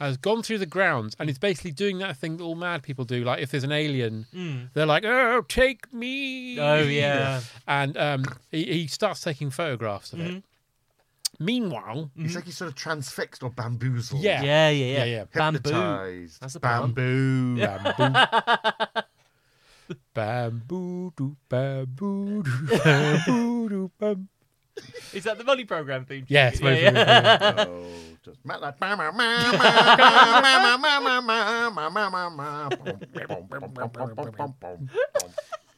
Speaker 2: has gone through the grounds and is basically doing that thing that all mad people do. Like if there's an alien, they're like, oh, take me.
Speaker 4: Mm. Oh, yeah.
Speaker 2: And um, he, he starts taking photographs of it.
Speaker 4: Mm-hmm.
Speaker 2: Meanwhile,
Speaker 3: It's like he's sort of transfixed or bamboozled.
Speaker 2: Yeah.
Speaker 4: Yeah, yeah, yeah.
Speaker 2: Yeah, yeah.
Speaker 4: Bamboo.
Speaker 3: Hypnotised.
Speaker 4: That's the problem.
Speaker 3: bamboo.
Speaker 2: Bamboo. bamboo doo, bamboo doo, bamboo doo, bam.
Speaker 4: Is that the money program theme? tune?
Speaker 2: Yes,
Speaker 4: Yeah,
Speaker 2: my
Speaker 4: yeah.
Speaker 2: favourite thing.
Speaker 3: Oh, just Matt like, "Ma, ma, ma, ma, ma, ma, ma, ma, ma, ma, ma, ma."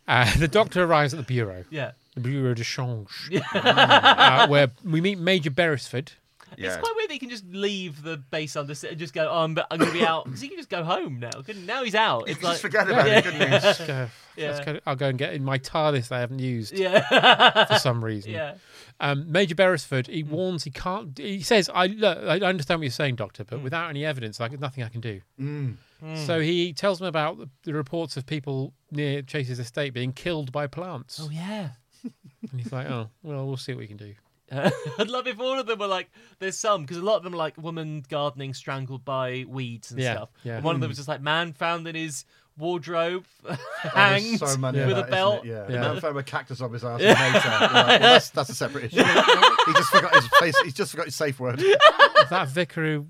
Speaker 2: Uh, the doctor arrives at the bureau,
Speaker 4: yeah.
Speaker 2: the Bureau de Change, uh, where we meet Major Beresford.
Speaker 3: Yeah.
Speaker 4: It's quite weird that he can just leave the base under and just go, oh, I'm, I'm going to be out. Because he can just go home now. couldn't- Now he's out. It's like,
Speaker 3: Just forget about it, couldn't you?
Speaker 2: Let's go- let's
Speaker 4: Yeah.
Speaker 2: go- I'll go and get in my TARDIS that I haven't used
Speaker 4: yeah.
Speaker 2: for some reason.
Speaker 4: yeah.
Speaker 2: Um, Major Beresford, he warns he can't. He says, "I look, I understand what you're saying, Doctor, but without any evidence, like nothing I can do." So he tells them about the, the reports of people near Chase's estate being killed by plants,
Speaker 4: Oh, yeah.
Speaker 2: and he's like, "Oh, well, we'll see what we can do."
Speaker 4: Uh, I'd love if all of them were like, there's some, because a lot of them are like woman gardening strangled by weeds and
Speaker 2: Yeah,
Speaker 4: stuff.
Speaker 2: yeah.
Speaker 4: And one of them was just like, man found in his wardrobe,
Speaker 3: Oh, there's
Speaker 4: hanged
Speaker 3: Hmm. so many of
Speaker 4: with
Speaker 3: that,
Speaker 4: a
Speaker 3: isn't
Speaker 4: belt.
Speaker 3: it? Yeah.
Speaker 2: Yeah.
Speaker 3: yeah. Man found a cactus up his ass. and mates out. You're like, well, that's, that's a separate issue. he just forgot his face. He just forgot his safe word.
Speaker 2: that vicar who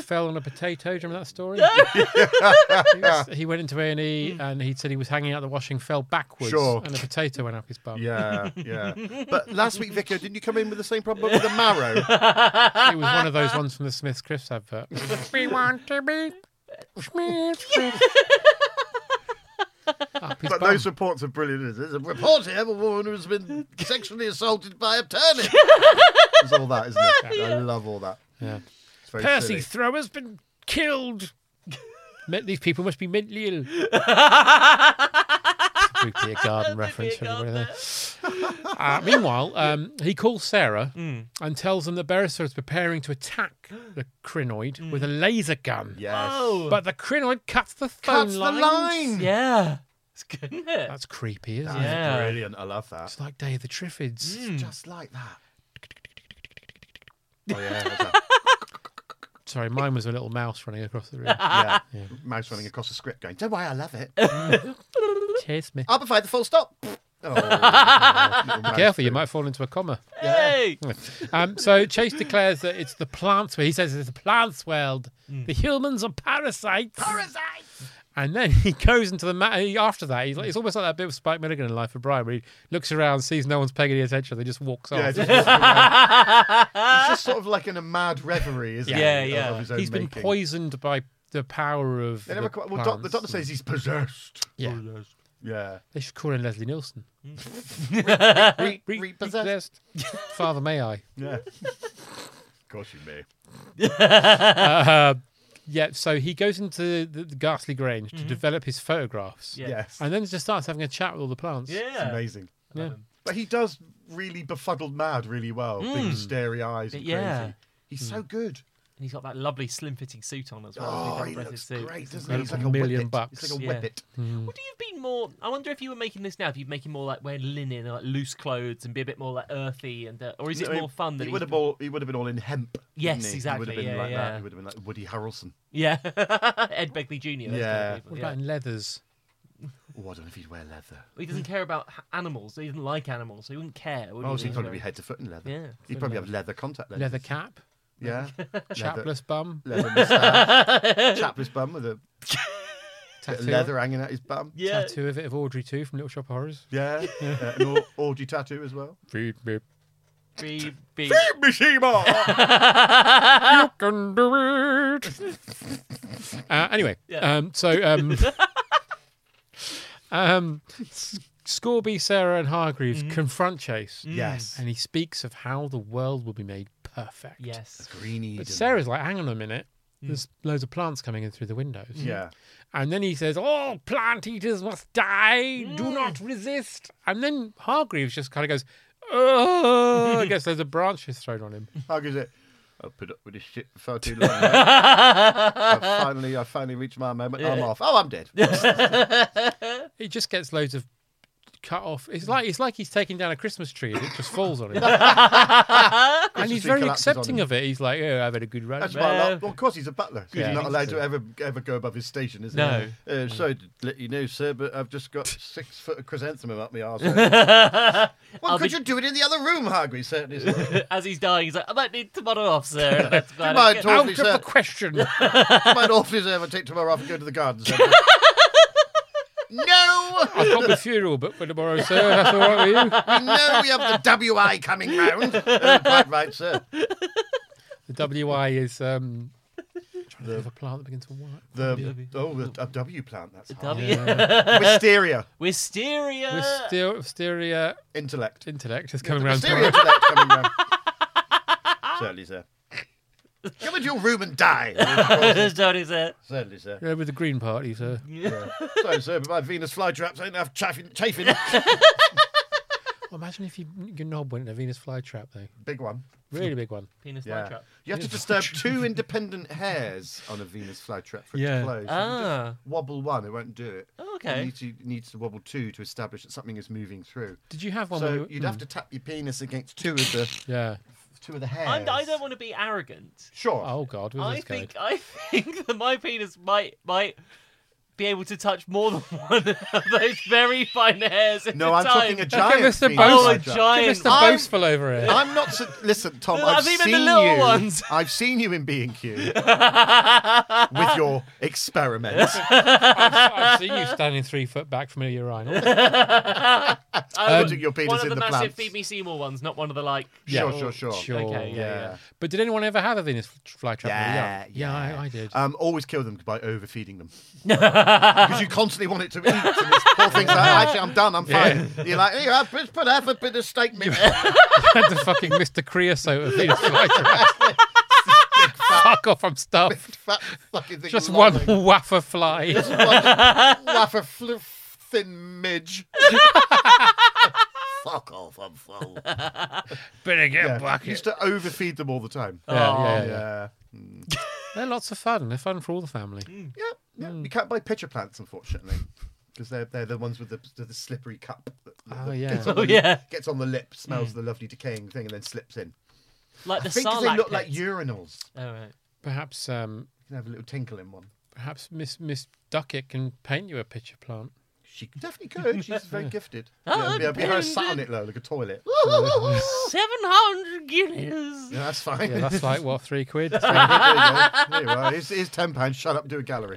Speaker 2: fell on a potato. Do you remember that story? he, was- he went into A and E, and he said he was hanging out the washing, fell backwards,
Speaker 3: Sure.
Speaker 2: and a potato went up his bum.
Speaker 3: Yeah, yeah. But last week, Vicar, didn't you come in with the same problem with the marrow?
Speaker 2: It was one of those ones from the Smiths Chris advert. we want to be Smiths Chris. Up his
Speaker 3: But
Speaker 2: bum.
Speaker 3: those reports are brilliant. There's a report here of a woman who's been sexually assaulted by a turnip. it's all that, isn't it? I love all that.
Speaker 2: Yeah.
Speaker 3: It's very
Speaker 2: Percy
Speaker 3: silly.
Speaker 2: Thrower's been killed. Meant these people must be mentally ill. Spoopy a garden reference. for everybody there. Uh, meanwhile, um, he calls Sarah and tells them that Beresford is preparing to attack the crinoid with a laser gun.
Speaker 3: Yes.
Speaker 4: Oh,
Speaker 2: But the crinoid Mm. cuts the phone
Speaker 3: Cuts the
Speaker 2: lines.
Speaker 3: line.
Speaker 4: Yeah. It's good, isn't it?
Speaker 3: Uh,
Speaker 2: That's creepy, isn't it?
Speaker 4: Yeah.
Speaker 3: Brilliant. I love that.
Speaker 2: It's like Day of the Triffids.
Speaker 3: Just like that. Oh, yeah. that's a-
Speaker 2: Sorry, mine was a little mouse running across the room.
Speaker 3: yeah. Mouse running across the script going, don't worry, I love it.
Speaker 2: Chase me.
Speaker 3: I'll provide the full stop. Oh, little mouse
Speaker 2: Careful, you
Speaker 3: bit.
Speaker 2: might fall into a comma.
Speaker 4: Hey!
Speaker 2: Um, so Chase declares that it's the plants world. He says it's the plants world.
Speaker 3: Mm.
Speaker 2: The humans are parasites. Parasites. And then he goes into the ma- he- after that. He's like, it's almost like that bit of Spike Milligan in Life of Brian, where he looks around, sees no one's paying any attention, then just walks off.
Speaker 3: Yeah, just walking around. He's just sort of like in a mad reverie, isn't
Speaker 4: Yeah,
Speaker 3: he?
Speaker 4: yeah.
Speaker 3: Of his own
Speaker 2: He's been
Speaker 3: making.
Speaker 2: poisoned by the power of.
Speaker 3: They
Speaker 2: the
Speaker 3: never quite, well, doc, the
Speaker 2: plants.
Speaker 3: doctor says he's Oh, possessed.
Speaker 2: Yeah.
Speaker 3: Yeah.
Speaker 2: They should call in Leslie Nielsen.
Speaker 3: Re-
Speaker 2: Re-
Speaker 3: repossessed.
Speaker 2: repossessed. Father, may I?
Speaker 3: Yeah. of course you may.
Speaker 2: Uh, yeah. So he goes into the, the ghastly Grange to develop his photographs.
Speaker 4: Mm-hmm. Yeah.
Speaker 3: Yes.
Speaker 2: And then just starts having a chat with all the plants.
Speaker 3: It's
Speaker 4: Yeah. Um,
Speaker 3: amazing.
Speaker 2: Yeah.
Speaker 3: But he does really befuddled mad really well. Big starry eyes. And
Speaker 4: Mm. Yeah.
Speaker 3: Crazy. He's
Speaker 2: Mm.
Speaker 3: so good.
Speaker 4: And he's got that lovely slim fitting suit on as well. hasn't
Speaker 3: Oh,
Speaker 4: That
Speaker 3: he
Speaker 4: breathy
Speaker 3: looks
Speaker 4: suit.
Speaker 3: great, doesn't
Speaker 2: incredible.
Speaker 3: he? He's like a
Speaker 2: Million
Speaker 3: whippet.
Speaker 2: bucks.
Speaker 3: He's like a
Speaker 4: Yeah.
Speaker 3: whippet.
Speaker 4: Would you have been more? I wonder if you were making this now. If you'd making more like wear linen or like loose clothes and be a bit more like earthy and, uh, or is it
Speaker 3: I mean,
Speaker 4: more fun that
Speaker 3: he
Speaker 4: he's-
Speaker 3: would have all he would have been all in hemp.
Speaker 4: Yes,
Speaker 3: wouldn't he? He
Speaker 4: exactly,
Speaker 3: would have been
Speaker 4: yeah,
Speaker 3: like
Speaker 4: yeah.
Speaker 3: that. He would have been like Woody Harrelson.
Speaker 4: Yeah, Ed Begley Jr. those
Speaker 3: Yeah.
Speaker 4: Kind of people,
Speaker 2: What
Speaker 4: yeah.
Speaker 2: about in leathers?
Speaker 3: Oh, I don't know if he'd wear leather.
Speaker 4: He doesn't care about h- animals. He doesn't like animals. So he wouldn't care. Would
Speaker 3: Oh,
Speaker 4: he?
Speaker 3: so he'd probably be head to foot in leather.
Speaker 4: Yeah.
Speaker 3: He'd probably have leather contact lenses.
Speaker 2: Leather cap,
Speaker 3: Yeah.
Speaker 2: chapless bum.
Speaker 3: Leather, leather moustache. chapless bum with a bit of
Speaker 2: Tattoo.
Speaker 3: leather hanging out his bum.
Speaker 4: Yeah.
Speaker 2: Tattoo of it of Audrey too from Little Shop of Horrors. Hmm.
Speaker 3: Yeah. Uh, an Audrey tattoo as well.
Speaker 2: Beep, beep.
Speaker 4: Free B.
Speaker 3: Mishima!
Speaker 2: can do it. uh, anyway,
Speaker 4: Yeah.
Speaker 2: um, so um, um, S- Scorby, Sarah, and Hargreaves
Speaker 4: Mm-hmm.
Speaker 2: confront Chase,
Speaker 4: Mm.
Speaker 3: yes.
Speaker 2: and he speaks of how the world will be made perfect.
Speaker 4: Yes. Mm.
Speaker 3: Greeny.
Speaker 2: But
Speaker 3: didn't-
Speaker 2: Sarah's like, hang on a minute. There's loads of plants coming in through the windows.
Speaker 3: Yeah.
Speaker 2: And then he says, All plant eaters must die. Do
Speaker 3: Mm.
Speaker 2: not resist. And then Hargreaves just kind of goes, Oh, I guess there's a branch is thrown on him.
Speaker 3: How is it? I've put up with this shit for far too long. I finally, I finally reached my moment. I'm off. Oh, I'm dead.
Speaker 2: He just gets loads of cut off. It's like it's like he's taking down a Christmas tree and it just falls on him. and he's
Speaker 3: tree
Speaker 2: very
Speaker 3: collapses on
Speaker 2: accepting
Speaker 3: him.
Speaker 2: of it. He's like, "Oh, I've had a good run."
Speaker 3: That's why. I like- Well, of course, he's a butler. So
Speaker 2: Yeah.
Speaker 3: he's not allowed to ever ever go above his station, is
Speaker 4: No.
Speaker 3: he? Uh, so to let you know, sir, but I've just got six foot of chrysanthemum up my arse. well, could you do it in the other room, Hargreaves? Certainly. sir.
Speaker 4: As he's dying, he's like, I might need tomorrow off, sir. That's fine.
Speaker 3: mind
Speaker 4: Get-
Speaker 3: talking-
Speaker 2: Out of
Speaker 3: sir.
Speaker 2: the question.
Speaker 3: I might awfully ever take tomorrow off and go to the garden. centre. no,
Speaker 2: I've got the funeral book for tomorrow, sir. That's all right with you.
Speaker 3: we know we have the WI coming round. Uh, quite right, sir.
Speaker 2: The WI is um, trying to think of a plant that begins with Y.
Speaker 3: The oh, the, a W plant. That's hard.
Speaker 4: W.
Speaker 3: Wisteria
Speaker 4: Wisteria.
Speaker 3: Uh,
Speaker 2: Wisteria, wisteria
Speaker 3: intellect.
Speaker 2: intellect is coming round.
Speaker 3: Wisteria
Speaker 2: tomorrow.
Speaker 3: intellect coming round. Certainly, sir. Come into your room and die.
Speaker 4: Sorry, sir.
Speaker 3: Certainly, sir.
Speaker 2: Yeah, with the Green Party, sir.
Speaker 3: Yeah. Sorry, sir, but my Venus flytraps ain't enough chaffing. chafing.
Speaker 2: Well, imagine if you, your knob went in a Venus flytrap, though.
Speaker 3: Big one.
Speaker 2: Really big one.
Speaker 4: Penis
Speaker 3: Yeah.
Speaker 4: flytrap.
Speaker 3: You have to disturb two independent hairs on a Venus flytrap for it
Speaker 2: Yeah.
Speaker 3: to close. You can just
Speaker 4: Ah.
Speaker 3: Wobble one, it won't do it.
Speaker 4: Oh, okay.
Speaker 3: You need to, need to wobble two to establish that something is moving through.
Speaker 2: Did you have one? when you
Speaker 3: So
Speaker 2: were-
Speaker 3: you'd have to tap your penis against two of the
Speaker 2: Yeah.
Speaker 3: two of the hairs.
Speaker 4: I'm, I don't want to be arrogant.
Speaker 3: Sure.
Speaker 2: Oh God, where's
Speaker 4: I
Speaker 2: this going?
Speaker 4: think I think that my penis might might be able to touch more than one of those very fine hairs at
Speaker 3: No,
Speaker 4: a
Speaker 3: I'm
Speaker 4: time.
Speaker 3: talking a giant.
Speaker 2: Mr.
Speaker 3: Venus
Speaker 2: Bones.
Speaker 4: oh, a
Speaker 3: flytrap.
Speaker 4: giant.
Speaker 2: Mr.
Speaker 3: I'm-
Speaker 2: Boastful over here.
Speaker 3: I'm not. Su- Listen, Tom.
Speaker 4: I've
Speaker 3: I've,
Speaker 4: even
Speaker 3: seen
Speaker 4: the little
Speaker 3: you.
Speaker 4: ones.
Speaker 3: I've seen you in B and Q with your experiments.
Speaker 2: I see you standing three foot back from a urinal.
Speaker 3: I Putting your
Speaker 4: one
Speaker 3: penis
Speaker 4: of
Speaker 3: in
Speaker 4: the,
Speaker 3: the
Speaker 4: massive
Speaker 3: plants.
Speaker 4: Phoebe Seymour ones, not one of the like.
Speaker 3: Sure,
Speaker 2: Yeah.
Speaker 3: sure, sure.
Speaker 2: Sure.
Speaker 4: Okay, yeah, yeah.
Speaker 3: Yeah.
Speaker 2: But did anyone ever have a Venus flytrap?
Speaker 3: Yeah,
Speaker 2: yeah, yeah Uh, I, I did.
Speaker 3: Um, always kill them by overfeeding them because you constantly want it to eat. And this poor thing's like, actually, I'm done. I'm fine. You're like, here, I've just put half a bit of steak meat.
Speaker 2: had the fucking Mr. Creosote of Venus flytrap. Fuck off, I'm stuffed.
Speaker 3: Fat fucking thing.
Speaker 2: Just one
Speaker 3: lolling.
Speaker 2: waffer fly.
Speaker 3: Laugh a fl- thin midge. Fuck off, I'm full.
Speaker 2: Better get
Speaker 3: Yeah.
Speaker 2: bucket.
Speaker 3: Used to overfeed them all the time.
Speaker 2: Yeah,
Speaker 4: Oh,
Speaker 2: yeah, yeah.
Speaker 3: Yeah.
Speaker 2: They're lots of fun. They're fun for all the family.
Speaker 3: Yeah, yeah.
Speaker 2: Hmm.
Speaker 3: You can't buy pitcher plants, unfortunately, because they're they're the ones with the the, the slippery cup. That, that
Speaker 2: Oh yeah. Hmm.
Speaker 3: gets, on the,
Speaker 4: yeah.
Speaker 3: gets on the lip, smells the lovely decaying thing, and then slips in.
Speaker 4: Like
Speaker 3: I
Speaker 4: the
Speaker 3: think 'cause
Speaker 4: Sarlacc.
Speaker 3: they look like
Speaker 4: pits.
Speaker 3: urinals.
Speaker 4: Oh, right.
Speaker 2: Perhaps um,
Speaker 3: You can have a little tinkle in one.
Speaker 2: perhaps Miss Miss Duckett can paint you a picture plant.
Speaker 3: She definitely could. She's very gifted.
Speaker 4: Oh,
Speaker 2: Ah,
Speaker 3: Yeah, yeah, be her sat on it though, like a toilet. yeah,
Speaker 4: 700 guineas.
Speaker 3: that's fine.
Speaker 2: Yeah, that's like what three quid.
Speaker 3: there you go. There you are. Here's, here's ten pounds. Shut up. Do a gallery.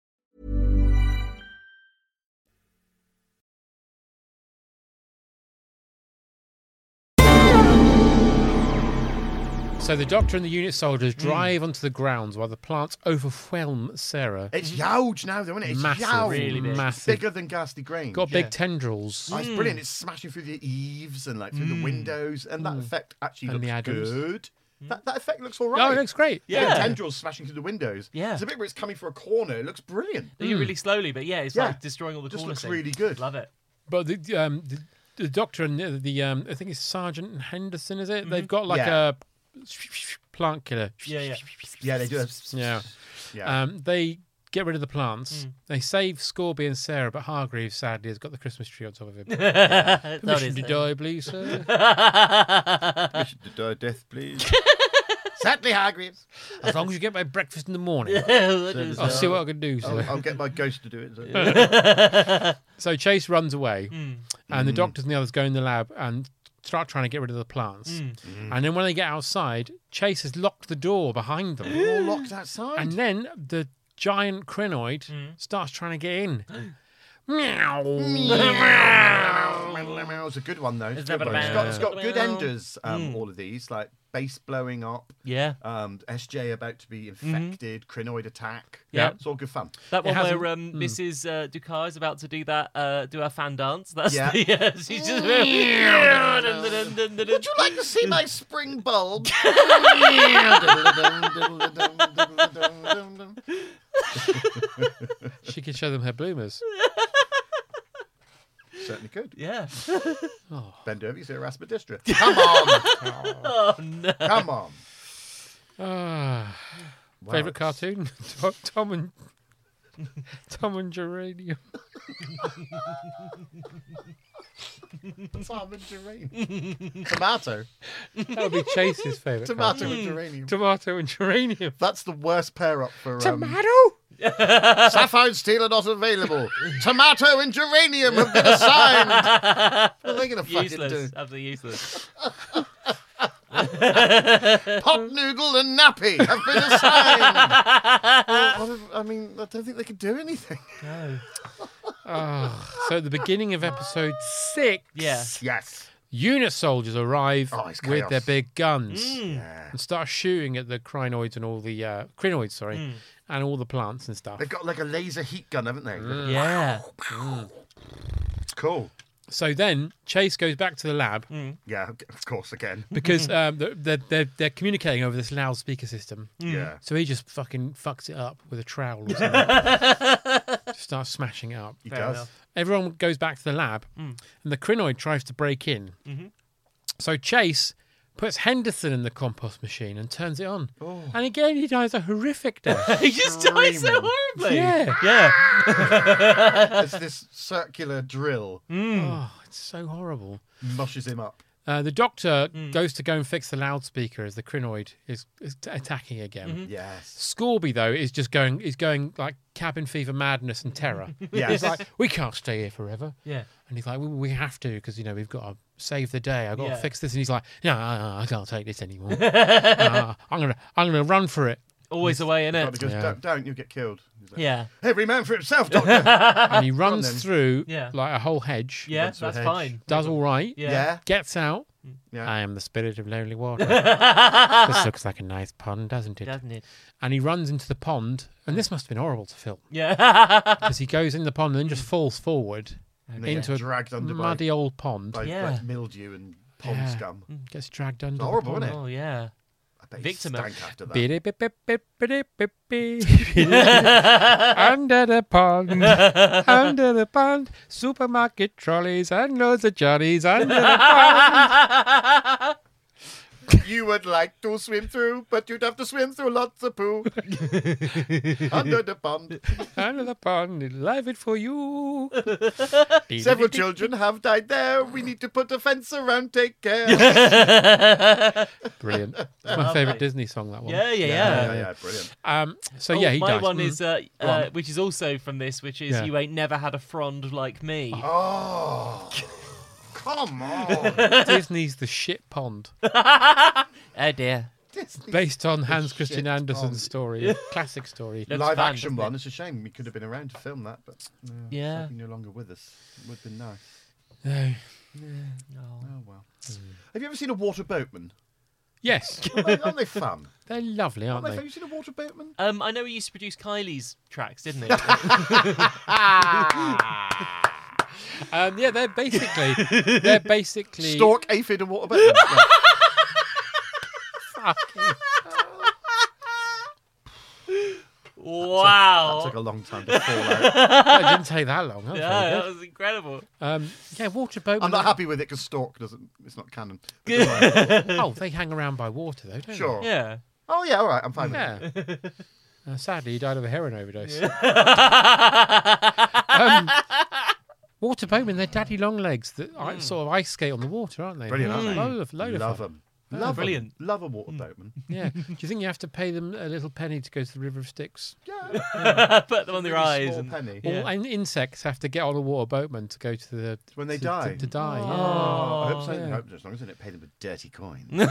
Speaker 2: So So the doctor and the unit soldiers drive onto the grounds while the plants overwhelm Sarah.
Speaker 3: It's huge now, though, isn't it? It's
Speaker 2: Massive,
Speaker 3: huge.
Speaker 2: really big.
Speaker 3: It's
Speaker 2: Massive.
Speaker 3: bigger than Ghastly Grange.
Speaker 2: Got big tendrils.
Speaker 3: Oh, it's brilliant. It's smashing through the eaves and like through the windows, and that effect actually
Speaker 2: And the
Speaker 3: looks
Speaker 2: Adams.
Speaker 3: good. That, that effect looks all right.
Speaker 2: Oh, it looks great.
Speaker 3: Yeah,
Speaker 4: Yeah.
Speaker 3: tendrils smashing through the windows.
Speaker 4: Yeah.
Speaker 3: it's a bit where it's coming for a corner. It looks brilliant.
Speaker 4: They do really slowly, but yeah, it's
Speaker 3: Yeah.
Speaker 4: like destroying all the
Speaker 3: Just
Speaker 4: corner
Speaker 3: looks
Speaker 4: scenes.
Speaker 3: really good.
Speaker 4: Love it.
Speaker 2: But the um, the, the doctor and the, the um, I think it's Sergeant Henderson, is it? They've got like
Speaker 3: Yeah.
Speaker 2: a plant killer.
Speaker 4: Yeah, yeah.
Speaker 3: Yeah, they do. Have...
Speaker 2: Yeah.
Speaker 3: Yeah.
Speaker 2: Um, they get rid of the plants. They save Scorby and Sarah, but Hargreaves sadly has got the Christmas tree on top of him. Permission to die, please, sir.
Speaker 6: Permission to die death, please.
Speaker 3: Sadly, Hargreaves.
Speaker 2: as long as you get my breakfast in the morning,
Speaker 6: Service
Speaker 2: I'll
Speaker 6: now.
Speaker 2: see what I can do, sir.
Speaker 6: I'll, I'll get my ghost to do it.
Speaker 2: So Chase runs away, and the doctors and the others go in the lab and start trying to get rid of the plants. And then when they get outside, Chase has locked the door behind them.
Speaker 3: All locked outside.
Speaker 2: and then the giant crinoid starts trying to get in.
Speaker 3: Meow was a good one though. It's,
Speaker 4: that
Speaker 3: good
Speaker 4: a
Speaker 3: one. it's
Speaker 4: meow?
Speaker 3: got, it's got good
Speaker 4: Meow.
Speaker 3: enders. Um, All of these, like bass blowing up.
Speaker 4: Yeah.
Speaker 3: Um, SJ about to be infected. Crinoid attack.
Speaker 4: Yeah.
Speaker 3: it's all good fun.
Speaker 4: That one
Speaker 2: hasn't-
Speaker 4: where um, Mrs. Uh, Ducard is about to do that, uh, do her fan dance. That's
Speaker 3: Yeah.
Speaker 4: yeah. the, yeah she's just. Would
Speaker 3: Would you like to see my spring bulb?
Speaker 2: she can show them her bloomers.
Speaker 3: Certainly could.
Speaker 4: Yeah.
Speaker 3: Bend over, you see a Raspidistra. Come on! Come on.
Speaker 2: Ah. Favorite cartoon? Tom, Tom and Tom and Geranium.
Speaker 3: Tom and geranium. Tomato.
Speaker 2: That would be Chase's favorite.
Speaker 3: Tomato and geranium.
Speaker 2: Tomato and geranium.
Speaker 3: That's the worst pair up for. Um,
Speaker 2: Tomato.
Speaker 3: Sapphire and steel are not available. Tomato and geranium have been assigned. what are they going to fucking do?
Speaker 4: useless. Absolutely useless.
Speaker 3: Pot noodle and nappy have been assigned. Well, what if- I mean, I don't think they could do anything.
Speaker 2: Ah, so at the beginning of episode six,
Speaker 4: Yeah.
Speaker 3: Yes.
Speaker 2: unit soldiers arrive
Speaker 3: Oh, it's
Speaker 2: with their
Speaker 3: chaos.
Speaker 2: big guns and start shooting at the crinoids and all the uh, crinoids, sorry, and all the plants and stuff.
Speaker 3: They've got like a laser heat gun, haven't they?
Speaker 4: Yeah.
Speaker 3: Cool.
Speaker 2: So then Chase goes back to the lab
Speaker 3: Yeah, of course, again.
Speaker 2: because um, they're- they're, they're they're communicating over this loudspeaker system.
Speaker 3: Yeah.
Speaker 2: So he just fucking fucks it up with a trowel or something. Just starts smashing it up.
Speaker 3: He does.
Speaker 2: Everyone goes back to the lab, and the crinoid tries to break in. So Chase puts Henderson in the compost machine and turns it on. And again, he dies a horrific death.
Speaker 4: He just died so
Speaker 3: Screaming.
Speaker 4: horribly.
Speaker 2: yeah.
Speaker 4: Yeah.
Speaker 3: It's this circular drill
Speaker 2: Oh, it's so horrible.
Speaker 3: mushes him up.
Speaker 2: Uh, the doctor goes to go and fix the loudspeaker as the crinoid is, is t- attacking again.
Speaker 3: Mm-hmm. Mm. Yes.
Speaker 2: Scorby though is just going is going like cabin fever madness and terror.
Speaker 3: Yes.
Speaker 2: He's like, we can't stay here forever.
Speaker 4: Yeah.
Speaker 2: And he's like, well, we have to because you know we've got to save the day. I've got
Speaker 4: Yeah.
Speaker 2: to fix this. And he's like, no, no, no, I can't take this anymore. Uh, I'm gonna I'm gonna run for it.
Speaker 4: Always away in
Speaker 3: Doctor
Speaker 4: it.
Speaker 3: goes,
Speaker 2: Yeah.
Speaker 3: don't, don't, you'll get killed. He's like,
Speaker 4: Yeah.
Speaker 3: Every man for himself, doctor.
Speaker 2: And he
Speaker 3: on
Speaker 2: runs
Speaker 3: then.
Speaker 2: through
Speaker 4: Yeah.
Speaker 2: like a whole hedge.
Speaker 4: Yeah.
Speaker 3: runs through a
Speaker 4: That's
Speaker 3: hedge.
Speaker 4: fine.
Speaker 2: Does all right.
Speaker 4: Yeah. Mm.
Speaker 3: yeah.
Speaker 2: Gets out.
Speaker 3: Yeah.
Speaker 2: I am the spirit of lonely water. this looks like a nice pond, doesn't it?
Speaker 4: Doesn't it?
Speaker 2: And he runs into the pond. And this must have been horrible to film
Speaker 4: Yeah.
Speaker 2: because he goes in the pond and then
Speaker 4: Mm.
Speaker 2: just falls forward
Speaker 3: And they
Speaker 2: into
Speaker 3: get
Speaker 2: a
Speaker 3: dragged under by-
Speaker 2: muddy old pond.
Speaker 3: by,
Speaker 4: Yeah.
Speaker 3: like, mildew and pond
Speaker 2: Yeah.
Speaker 3: scum.
Speaker 2: Gets dragged under.
Speaker 3: It's horrible, isn't it?
Speaker 4: oh yeah.
Speaker 3: I bet
Speaker 4: Victim
Speaker 3: he
Speaker 4: of-
Speaker 3: stank after that.
Speaker 2: Biddy bip bip bip biddy bip bip. Under the pond, under the pond, supermarket trolleys and loads of johnnies under the pond.
Speaker 3: You would like to swim through, but you'd have to swim through lots of poo. Under the pond.
Speaker 2: under the pond, live it for you.
Speaker 3: Several children have died there. We need to put a fence around. Take care. yeah,
Speaker 2: Brilliant. It's my favourite Disney song, that one.
Speaker 4: Yeah. Yeah. Yeah.
Speaker 3: yeah, yeah, brilliant.
Speaker 2: Um, so,
Speaker 4: Oh,
Speaker 2: yeah, he
Speaker 4: my
Speaker 2: dies.
Speaker 4: one
Speaker 2: Mm.
Speaker 4: is uh, uh, which is also from this, which is
Speaker 2: Yeah.
Speaker 4: you ain't never had a frond like me.
Speaker 3: Uh-huh. Oh, come on.
Speaker 4: uh,
Speaker 2: Disney's The Shit Pond,
Speaker 4: Oh dear.
Speaker 3: Disney.
Speaker 2: based on Hans Christian
Speaker 3: Shit Pond.
Speaker 2: Andersen's story, a classic story.
Speaker 4: That's
Speaker 3: Live
Speaker 4: fun,
Speaker 3: action
Speaker 4: doesn't it?
Speaker 3: one. It's a shame we could have been around to film that, but no, it's
Speaker 4: Yeah.
Speaker 3: sadly no longer with us. Would have been nice.
Speaker 2: No.
Speaker 3: Mm. Oh well. Have you ever seen a water boatman?
Speaker 2: Yes.
Speaker 3: aren't they fun?
Speaker 2: They're lovely, aren't,
Speaker 3: Have
Speaker 2: they?
Speaker 3: you seen a Walter Bateman?
Speaker 4: Um, I know he used to produce Kylie's tracks, didn't he?
Speaker 2: Um, yeah, they're basically they're basically
Speaker 3: Stork, aphid, and Walter Bateman. No.
Speaker 4: wow.
Speaker 3: That took a long time to fall out.
Speaker 2: That didn't take that long. That was
Speaker 4: yeah,
Speaker 2: very
Speaker 4: that
Speaker 2: good.
Speaker 4: was incredible.
Speaker 2: Um, yeah, Walter Boatman.
Speaker 3: I'm not happy with it because Stork doesn't. It's not canon.
Speaker 2: oh, they hang around by water though, don't they?
Speaker 3: Sure.
Speaker 4: Yeah.
Speaker 3: Oh yeah, all right. I'm fine. With it.
Speaker 2: Yeah. Uh, sadly, he died of a heroin overdose. Um, Water Bowman, they're daddy long legs that i- sort of ice skate on the water, aren't they?
Speaker 3: Hmm. Brilliant, aren't they?
Speaker 2: Load of, load
Speaker 3: Love
Speaker 2: of fun. Hmm.
Speaker 3: them. Love 'em.
Speaker 4: brilliant.
Speaker 3: Love a Walter Bateman.
Speaker 2: Yeah. Do you think you have to pay them a little penny to go to the River of Styx?
Speaker 4: Put them on their
Speaker 3: Really
Speaker 4: eyes.
Speaker 3: small
Speaker 4: And...
Speaker 3: penny.
Speaker 2: All and insects have to get on a water boatman to go to the.
Speaker 3: When they Oh.
Speaker 2: to- to-
Speaker 3: die.
Speaker 2: to die. yeah.
Speaker 3: I hope so.
Speaker 2: yeah.
Speaker 3: I hope so, as long as they don't pay them a dirty coin.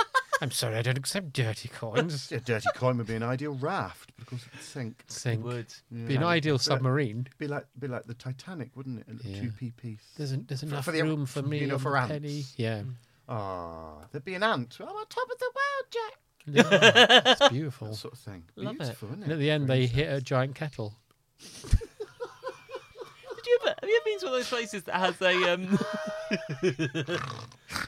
Speaker 2: I'm sorry, I don't accept dirty coins.
Speaker 3: a dirty coin would be an ideal raft, but of course it would sink.
Speaker 2: Sink.
Speaker 4: Would.
Speaker 2: Be an ideal submarine.
Speaker 3: Be like be like the Titanic, wouldn't it? A little
Speaker 2: Yeah.
Speaker 3: two p piece.
Speaker 2: There's, en- there's
Speaker 3: For-
Speaker 2: enough
Speaker 3: for the-
Speaker 2: room for
Speaker 3: you
Speaker 2: me Mm.
Speaker 3: know,
Speaker 2: on
Speaker 3: for
Speaker 2: the
Speaker 3: ants.
Speaker 2: penny. Yeah.
Speaker 3: Ah, there'd be an ant. I'm on top of the world, Jack.
Speaker 2: Yeah, it's beautiful.
Speaker 3: That sort of thing.
Speaker 4: Love it.
Speaker 3: Beautiful, isn't it?
Speaker 2: Oh. And at the end, they hit a giant kettle.
Speaker 4: Did you ever, have you ever been to one of those places that has a um,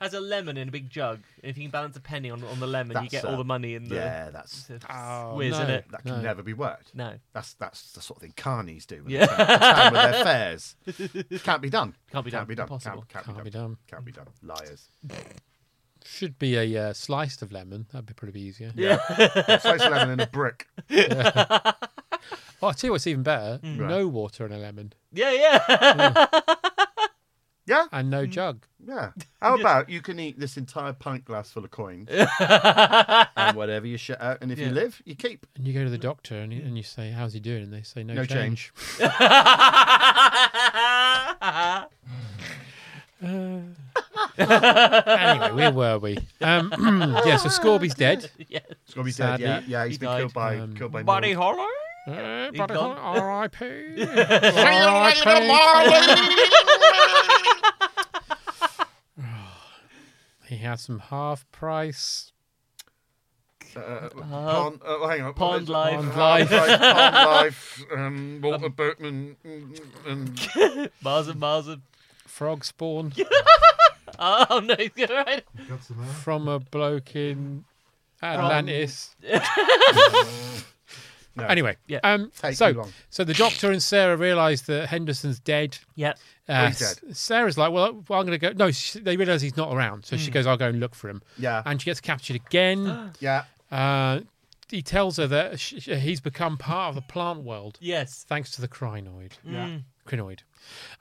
Speaker 4: has a lemon in a big jug? If you can balance a penny on, on the lemon, you
Speaker 3: That's,
Speaker 4: get
Speaker 3: uh,
Speaker 4: all the money in the
Speaker 3: Yeah, that's
Speaker 4: the
Speaker 2: Oh,
Speaker 4: whiz in
Speaker 2: no.
Speaker 4: it.
Speaker 3: that can
Speaker 2: No.
Speaker 3: never be worked.
Speaker 4: No,
Speaker 3: That's that's the sort of thing carnies do. When
Speaker 4: Yeah.
Speaker 3: yeah, town with their fares. Can't be done.
Speaker 4: Can't be done.
Speaker 3: Can't be done.
Speaker 4: Impossible.
Speaker 3: Can't, can't,
Speaker 2: Can't
Speaker 3: be
Speaker 2: be
Speaker 3: done.
Speaker 2: done.
Speaker 3: Can't be done. Liars.
Speaker 2: Should be a uh, sliced of lemon. That'd be probably easier.
Speaker 3: Yeah. yeah. Slice of lemon in a brick.
Speaker 2: Oh, I tell you what's even better:
Speaker 3: Mm.
Speaker 2: no water in a lemon
Speaker 4: yeah, yeah.
Speaker 3: Yeah.
Speaker 2: and no jug.
Speaker 3: Yeah. How about you can eat this entire pint glass full of coins and whatever you shit out, and if you live, you keep.
Speaker 2: And you go to the doctor and you, and you say, "How's he doing?" And they say, "No,
Speaker 3: Mm. No
Speaker 2: change." anyway, where were we? Um, yeah, so Scorby's dead.
Speaker 3: It's gonna be
Speaker 2: Sadly,
Speaker 3: dead. Yeah, yeah. He's
Speaker 4: he
Speaker 3: been
Speaker 4: died.
Speaker 3: killed by
Speaker 2: Um,
Speaker 3: killed by
Speaker 4: Body
Speaker 3: Nords.
Speaker 4: horror.
Speaker 2: Uh,
Speaker 4: He's
Speaker 2: but I
Speaker 4: gone.
Speaker 2: thought, R.I.P. R.I.P. He had some half price.
Speaker 3: Uh, pond, oh, hang on. What
Speaker 4: Uh-huh. Pond
Speaker 3: is it?
Speaker 4: life.
Speaker 2: Pond
Speaker 3: Pond
Speaker 2: life.
Speaker 3: life. Pond life. Um, Walter Boatman. mm, And
Speaker 4: Miles and miles of.
Speaker 2: Frog spawn
Speaker 4: Oh no, he's gonna right.
Speaker 2: from a bloke in Atlantis. Anyway,
Speaker 4: Yeah.
Speaker 2: um,
Speaker 3: Take too
Speaker 2: so
Speaker 3: long.
Speaker 2: so the doctor and Sarah realise that Henderson's dead.
Speaker 4: Yep.
Speaker 2: Uh,
Speaker 3: Oh, he's dead.
Speaker 2: S- Sarah's like, well, well I'm going to go. No, she, they realise he's not around, so she goes, I'll go and look for him.
Speaker 3: Yeah.
Speaker 2: and she gets captured again.
Speaker 3: yeah.
Speaker 2: uh, he tells her that sh sh- he's become part of the plant world
Speaker 4: Yes.
Speaker 2: thanks to the crinoid. Yeah. Crinoid.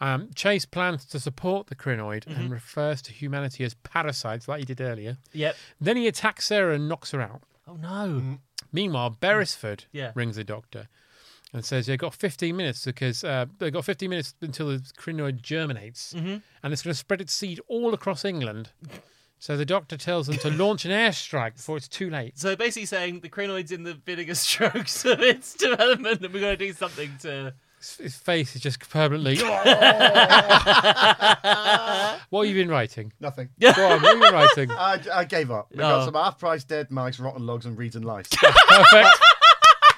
Speaker 2: Um, Chase plans to support the crinoid and refers to humanity as parasites, like he did earlier.
Speaker 4: Yep.
Speaker 2: Then he attacks Sarah and knocks her out.
Speaker 4: Oh no.
Speaker 3: Mm.
Speaker 2: Meanwhile, Beresford
Speaker 4: Yeah.
Speaker 2: rings the doctor and says they've got 15 minutes because uh, they've got 15 minutes until the crinoid germinates and it's going to spread its seed all across England. So the doctor tells them to launch an airstrike before it's too late.
Speaker 4: So basically saying the crinoid's in the vinegar strokes of its development, and we're gonna do something to.
Speaker 2: His- His face is just permanently. what have you been writing?
Speaker 3: Nothing.
Speaker 2: Go on, what have you been writing?
Speaker 3: I, I gave up. We got
Speaker 4: Oh.
Speaker 3: some half-price dead mice, rotten logs, and reeds and lice.
Speaker 2: Perfect.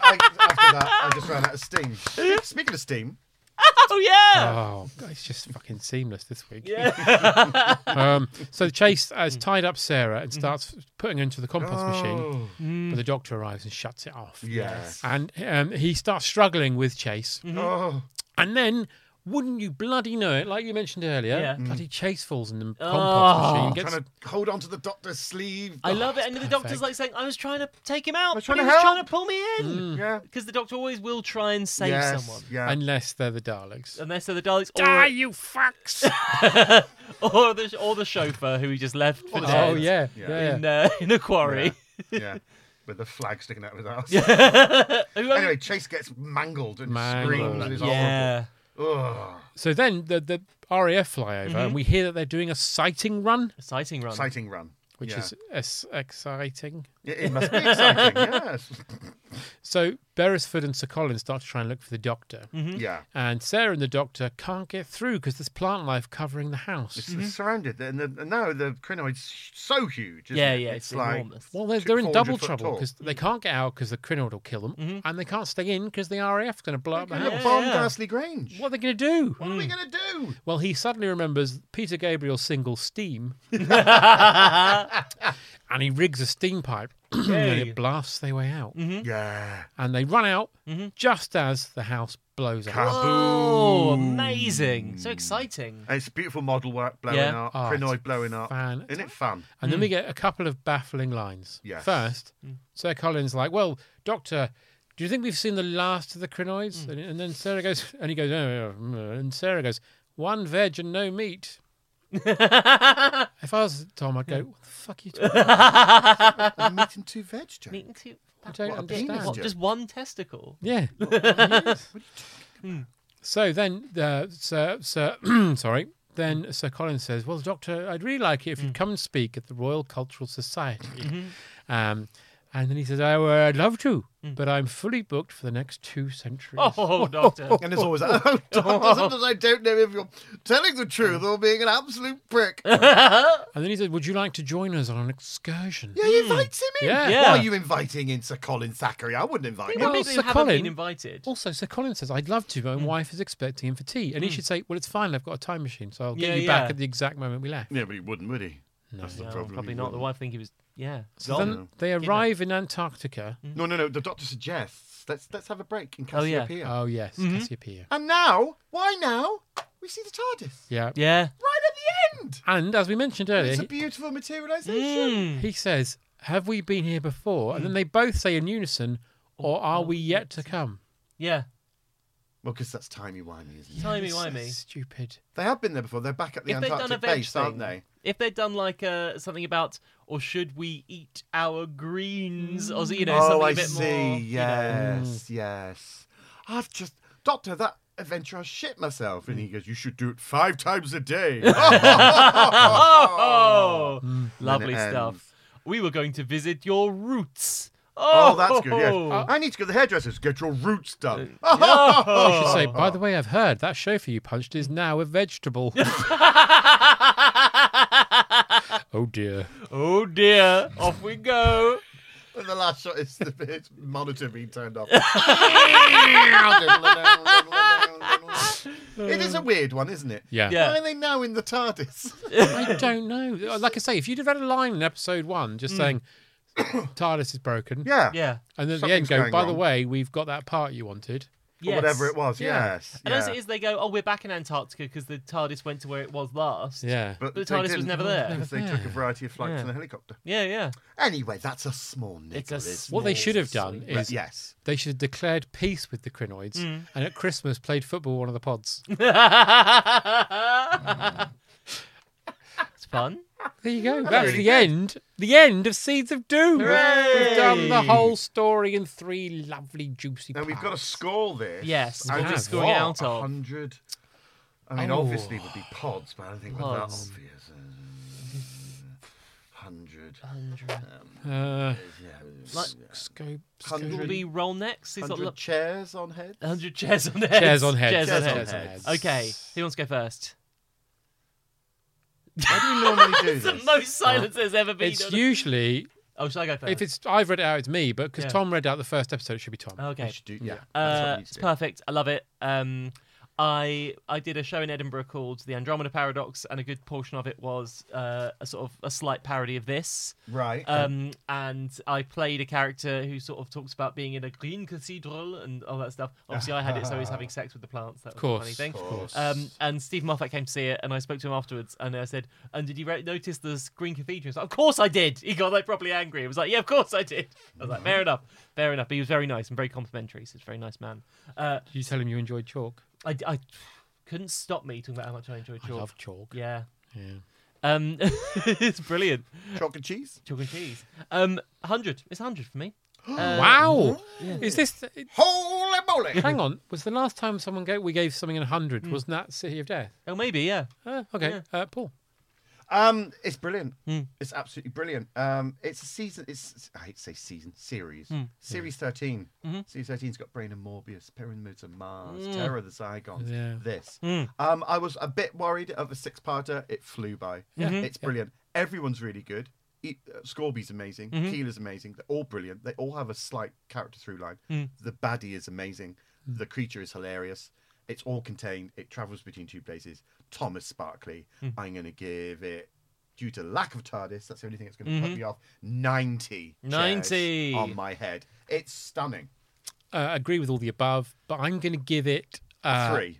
Speaker 3: I, after that, I just ran out of steam. Speaking of steam,
Speaker 4: Oh yeah.
Speaker 2: Oh, God, it's just fucking seamless this week. um, so Chase has tied up Sarah and starts putting her into the compost machine,
Speaker 4: Hmm.
Speaker 2: but the doctor arrives and shuts it off.
Speaker 3: yes.
Speaker 2: And um, he starts struggling with Chase,
Speaker 3: Oh,
Speaker 2: and then. Wouldn't you bloody know it? Like you mentioned earlier,
Speaker 4: Yeah. Oh.
Speaker 2: bloody Chase falls in the compost machine. Gets,
Speaker 3: trying to hold on to the doctor's sleeve.
Speaker 4: I love it. And the doctor's
Speaker 2: perfect.
Speaker 4: like saying, I was trying to take him out. I was
Speaker 3: trying to
Speaker 4: he was
Speaker 3: help."
Speaker 4: trying to pull me in.
Speaker 3: Yeah.
Speaker 4: Because the doctor always will try and save
Speaker 3: yes.
Speaker 4: someone.
Speaker 3: Yeah.
Speaker 2: Unless they're the Daleks.
Speaker 4: Unless they're the Daleks
Speaker 2: Die,
Speaker 4: Uh, or,
Speaker 2: you fucks!
Speaker 4: or, the, or the chauffeur who he just left for dead
Speaker 2: oh yeah,
Speaker 3: Yeah.
Speaker 2: yeah.
Speaker 4: in, uh, in a quarry.
Speaker 3: yeah. With the flag sticking out of his ass.
Speaker 4: Who-
Speaker 3: Anyway, Chase gets mangled and
Speaker 2: Mangled.
Speaker 3: screams and is
Speaker 4: yeah. Um,
Speaker 3: horrible. Ugh.
Speaker 2: So then the the RAF fly over, and we hear that they're doing a sighting run,
Speaker 4: Exciting run.
Speaker 3: Exciting run.
Speaker 2: which
Speaker 3: Yeah.
Speaker 2: is es- exciting.
Speaker 3: It, it must be exciting, yes.
Speaker 2: So Beresford and Sir Colin start to try and look for the doctor.
Speaker 4: Mm-hmm.
Speaker 3: Mhm. Yeah.
Speaker 2: And Sarah and the doctor can't get through because there's plant life covering the house.
Speaker 3: It's
Speaker 4: Mm-hmm.
Speaker 3: it's surrounded, and, the, and now the crinoid's so huge. Isn't it?
Speaker 2: Well, they're,
Speaker 3: two-
Speaker 2: they're in
Speaker 3: 400
Speaker 2: double
Speaker 3: foot
Speaker 2: trouble
Speaker 3: tall.
Speaker 2: because they can't get out because the crinoid will kill them, and they can't stay in because the RAF's going to blow up the
Speaker 3: Look
Speaker 2: house.
Speaker 3: at Bomb Ghastly Grange.
Speaker 2: What are they going to do?
Speaker 3: What are we going to do?
Speaker 2: Well, he suddenly remembers Peter Gabriel's single Steam. and he rigs a steam pipe and
Speaker 3: Yay.
Speaker 2: it blasts their way out.
Speaker 3: Hmm? Yeah.
Speaker 2: And they run out
Speaker 4: Mm-hmm.
Speaker 2: just as the house blows up.
Speaker 4: Whoa, Oh, amazing. So exciting.
Speaker 3: And it's a beautiful model work blowing
Speaker 2: Yeah.
Speaker 3: up,
Speaker 2: Oh,
Speaker 3: crinoid
Speaker 2: it's
Speaker 3: blowing up.
Speaker 2: fan-
Speaker 3: Isn't it fun?
Speaker 2: And
Speaker 4: Mm.
Speaker 2: then we get a couple of baffling lines.
Speaker 3: Yes.
Speaker 2: First, Sir Colin's like, "Well, Doctor, do you think we've seen the last of the
Speaker 4: Mm.
Speaker 2: crinoids?" And, and then Sarah goes, and he goes, "No, no, no," and Sarah goes, "One veg and no meat." if I was Tom, I'd go, "What the fuck are you talking about?"
Speaker 3: One meat and two veg, Jack.
Speaker 4: Meat and two.
Speaker 2: I don't
Speaker 4: What, a
Speaker 2: understand.
Speaker 4: penis, what, just one testicle.
Speaker 2: yeah. So then, uh, Sir, Sir, sorry.
Speaker 4: Mm.
Speaker 2: Then Sir Colin says, "Well, Doctor, I'd really like it if you'd come and speak at the Royal Cultural Society."
Speaker 4: Mm-hmm.
Speaker 2: Um, and then he says, "I would love to, but I'm fully booked for the next two centuries."
Speaker 4: Mm. Oh, Doctor.
Speaker 3: And it's always, oh, doctor, sometimes I don't know if you're telling the truth or being an absolute prick.
Speaker 2: And then he said, "Would you like to join us on an excursion?"
Speaker 3: Yeah, he invites him in.
Speaker 2: Yeah.
Speaker 3: Why are you inviting in Sir Colin Thackeray? I wouldn't invite
Speaker 4: Well,
Speaker 3: him.
Speaker 4: people who haven't been invited.
Speaker 2: Also, Sir Colin says, "I'd love to,
Speaker 4: Mm.
Speaker 2: but my wife is expecting him for tea," and he should say, "Well, it's fine. I've got a time machine, so I'll get
Speaker 4: Yeah,
Speaker 2: you
Speaker 4: yeah.
Speaker 2: back at the exact moment we left."
Speaker 3: Yeah, but he wouldn't, would he? That's the
Speaker 4: No,
Speaker 3: problem.
Speaker 4: probably
Speaker 3: he
Speaker 4: not. The
Speaker 3: wouldn't.
Speaker 4: wife think he was. Yeah.
Speaker 2: So
Speaker 4: gone.
Speaker 2: then they arrive in Antarctica.
Speaker 3: No, no, no. The doctor suggests let's let's have a break in
Speaker 2: Oh yeah.
Speaker 3: Cassiopeia.
Speaker 2: Oh yes,
Speaker 3: Mm-hmm.
Speaker 2: Cassiopeia.
Speaker 3: And now, why now? We see the TARDIS
Speaker 2: Yeah.
Speaker 4: Yeah.
Speaker 3: right at the end.
Speaker 2: And as we mentioned earlier,
Speaker 3: It's a
Speaker 2: he-
Speaker 3: beautiful
Speaker 4: Mm.
Speaker 3: materialisation.
Speaker 2: He says, Have we been here before?
Speaker 3: Mm.
Speaker 2: And then they both say in unison, Or are we yet to come?
Speaker 4: Yeah.
Speaker 3: Well, because that's timey wimey, isn't it?
Speaker 4: Timey
Speaker 2: This is
Speaker 4: wimey.
Speaker 2: Stupid.
Speaker 3: They have been there before. They're back at the
Speaker 4: if they'd done a
Speaker 3: Antarctic
Speaker 4: veg
Speaker 3: base,
Speaker 4: thing,
Speaker 3: aren't they?
Speaker 4: If they'd done like uh, something about, or should we eat our greens, or you know,
Speaker 3: oh,
Speaker 4: something
Speaker 3: I
Speaker 4: a bit
Speaker 3: see.
Speaker 4: more. you know.
Speaker 3: yes, yes. I've just, Doctor, that adventure, I shit myself.
Speaker 4: Mm.
Speaker 3: And he goes, "You should do it five times a day."
Speaker 4: Oh, lovely
Speaker 3: And Mm. it ends.
Speaker 4: stuff. We were going to visit your roots. Oh,
Speaker 3: Oh, that's good. Yes. I need to go to the hairdressers. Get your roots done.
Speaker 2: Oh, I should say, By the way, I've heard that chauffeur you punched is now a vegetable. oh dear.
Speaker 4: Oh dear, off we go.
Speaker 3: And the last shot is the it's monitor being turned off. it is a weird one, isn't it?
Speaker 2: Yeah.
Speaker 4: Yeah.
Speaker 3: Why are they now in the TARDIS?
Speaker 2: I don't know. Uh, Like I say, if you'd have had a line in episode one just saying, TARDIS is broken.
Speaker 3: Mm. yeah.
Speaker 4: Yeah.
Speaker 2: And then at the end
Speaker 3: Something's
Speaker 2: go,
Speaker 3: going
Speaker 2: by the
Speaker 3: wrong."
Speaker 2: way, we've got that part you wanted.
Speaker 3: Or
Speaker 4: Yes.
Speaker 3: whatever it was.
Speaker 2: Yeah.
Speaker 3: Yes.
Speaker 4: And as
Speaker 3: yeah.
Speaker 4: it is, they go, "Oh, we're back in Antarctica because the TARDIS went to where it was last."
Speaker 2: Yeah.
Speaker 4: But the
Speaker 3: they
Speaker 4: TARDIS was
Speaker 3: didn't,
Speaker 4: never there.
Speaker 3: Because they took a variety of flights in a helicopter.
Speaker 4: yeah, yeah.
Speaker 3: Anyway, that's a small nickel.
Speaker 4: It's a
Speaker 3: isn't
Speaker 4: small-
Speaker 2: What they should have done
Speaker 3: it?
Speaker 2: is
Speaker 3: yes.
Speaker 2: they should have declared peace with the crinoids
Speaker 3: Mm.
Speaker 2: and at Christmas played football with one of the pods.
Speaker 3: Mm.
Speaker 4: It's fun.
Speaker 2: There you go. That's the end. The end of Seeds of Doom. We've done the whole story in three lovely, juicy
Speaker 3: Now we've got to
Speaker 2: parts.
Speaker 3: score this.
Speaker 4: Yes,
Speaker 3: And
Speaker 2: what we're
Speaker 3: it's
Speaker 4: scoring
Speaker 3: what,
Speaker 4: out of.
Speaker 3: 100. I mean,
Speaker 2: Oh.
Speaker 3: obviously it would be pods, but I don't think we're that
Speaker 4: Pods.
Speaker 3: obvious. Uh, 100.
Speaker 2: Uh,
Speaker 4: Like,
Speaker 2: scope,
Speaker 4: will
Speaker 3: Hundred-
Speaker 4: we roll next? He's got
Speaker 3: 100
Speaker 4: lo-
Speaker 3: chairs on heads?
Speaker 4: 100 chairs on heads.
Speaker 2: Chairs on heads.
Speaker 4: Chairs on
Speaker 2: Chairs on
Speaker 4: heads.
Speaker 2: heads.
Speaker 4: Okay, who wants to go first?
Speaker 3: How do we normally do
Speaker 4: the
Speaker 3: this?
Speaker 4: most silence there's ever been.
Speaker 2: it's
Speaker 4: on a-
Speaker 2: usually,
Speaker 4: Oh, should I go first?
Speaker 2: if it's, I've read it out, it's me, but because
Speaker 4: Yeah. Uh,
Speaker 2: Tom read out the first episode, it should be Tom.
Speaker 4: Oh, okay.
Speaker 3: We should do- yeah. that's what
Speaker 4: Uh,
Speaker 3: we need to
Speaker 4: it's
Speaker 3: do.
Speaker 4: perfect. I love it. Um, I I did a show in Edinburgh called The Andromeda Paradox, and a good portion of it was uh, a sort of a slight parody of this.
Speaker 3: Right.
Speaker 4: Um, and I played a character who sort of talks about being in a green cathedral and all that stuff. Obviously, I had it, so he's having sex with the plants. That was
Speaker 2: course,
Speaker 4: the funny thing.
Speaker 2: of course.
Speaker 4: Um, and Steve Moffat came to see it, and I spoke to him afterwards, and I said, "And did you re- notice the s- green cathedral?" He was like, "Of course I did." He got like properly angry. He was like, "Yeah, of course I did." I was like,
Speaker 2: Mm-hmm.
Speaker 4: "Fair enough, fair enough." But he was very nice and very complimentary. So he's a very nice man. Uh,
Speaker 2: Did you tell him you enjoyed chalk?
Speaker 4: I, I couldn't stop me talking about how much I enjoyed chalk.
Speaker 2: I love chalk.
Speaker 4: Yeah.
Speaker 2: Yeah.
Speaker 4: Um, it's brilliant.
Speaker 3: Chalk and cheese?
Speaker 4: Chalk and cheese. Um, 100. It's 100 for me.
Speaker 2: wow. Is this.
Speaker 3: Holy moly!
Speaker 2: Hang on. Was the last time someone gave, we gave something in 100, wasn't that City of Death?
Speaker 4: Oh, maybe, Hmm. yeah.
Speaker 2: Uh, okay. Uh, Paul.
Speaker 3: Um, it's brilliant. It's absolutely brilliant. Um, it's a season. It's I hate to say season series.
Speaker 6: Mm.
Speaker 3: Series thirteen. Series thirteen's got Brain and Morbius, Pyramids of Mars,
Speaker 6: Mm.
Speaker 3: Terror of the Zygons.
Speaker 6: Yeah.
Speaker 3: This. Um, I was a bit worried of a six-parter. It flew by.
Speaker 6: Yeah. Mhm.
Speaker 3: It's brilliant. Everyone's really good. E- uh, Scorby's amazing.
Speaker 6: Mhm.
Speaker 3: Keeler's amazing. They're all brilliant. They all have a slight character through line.
Speaker 6: Mm.
Speaker 3: The baddie is amazing. The creature is hilarious. It's all contained. It travels between two places. Tom is sparkly.
Speaker 6: Mm.
Speaker 3: I'm going to give it, due to lack of TARDIS, that's the only thing that's going to
Speaker 6: Mhm.
Speaker 3: put me off, 90. chairs
Speaker 2: 90.
Speaker 3: On my head. It's stunning.
Speaker 2: uh, agree with all the above, but I'm going to give it uh,
Speaker 3: Three.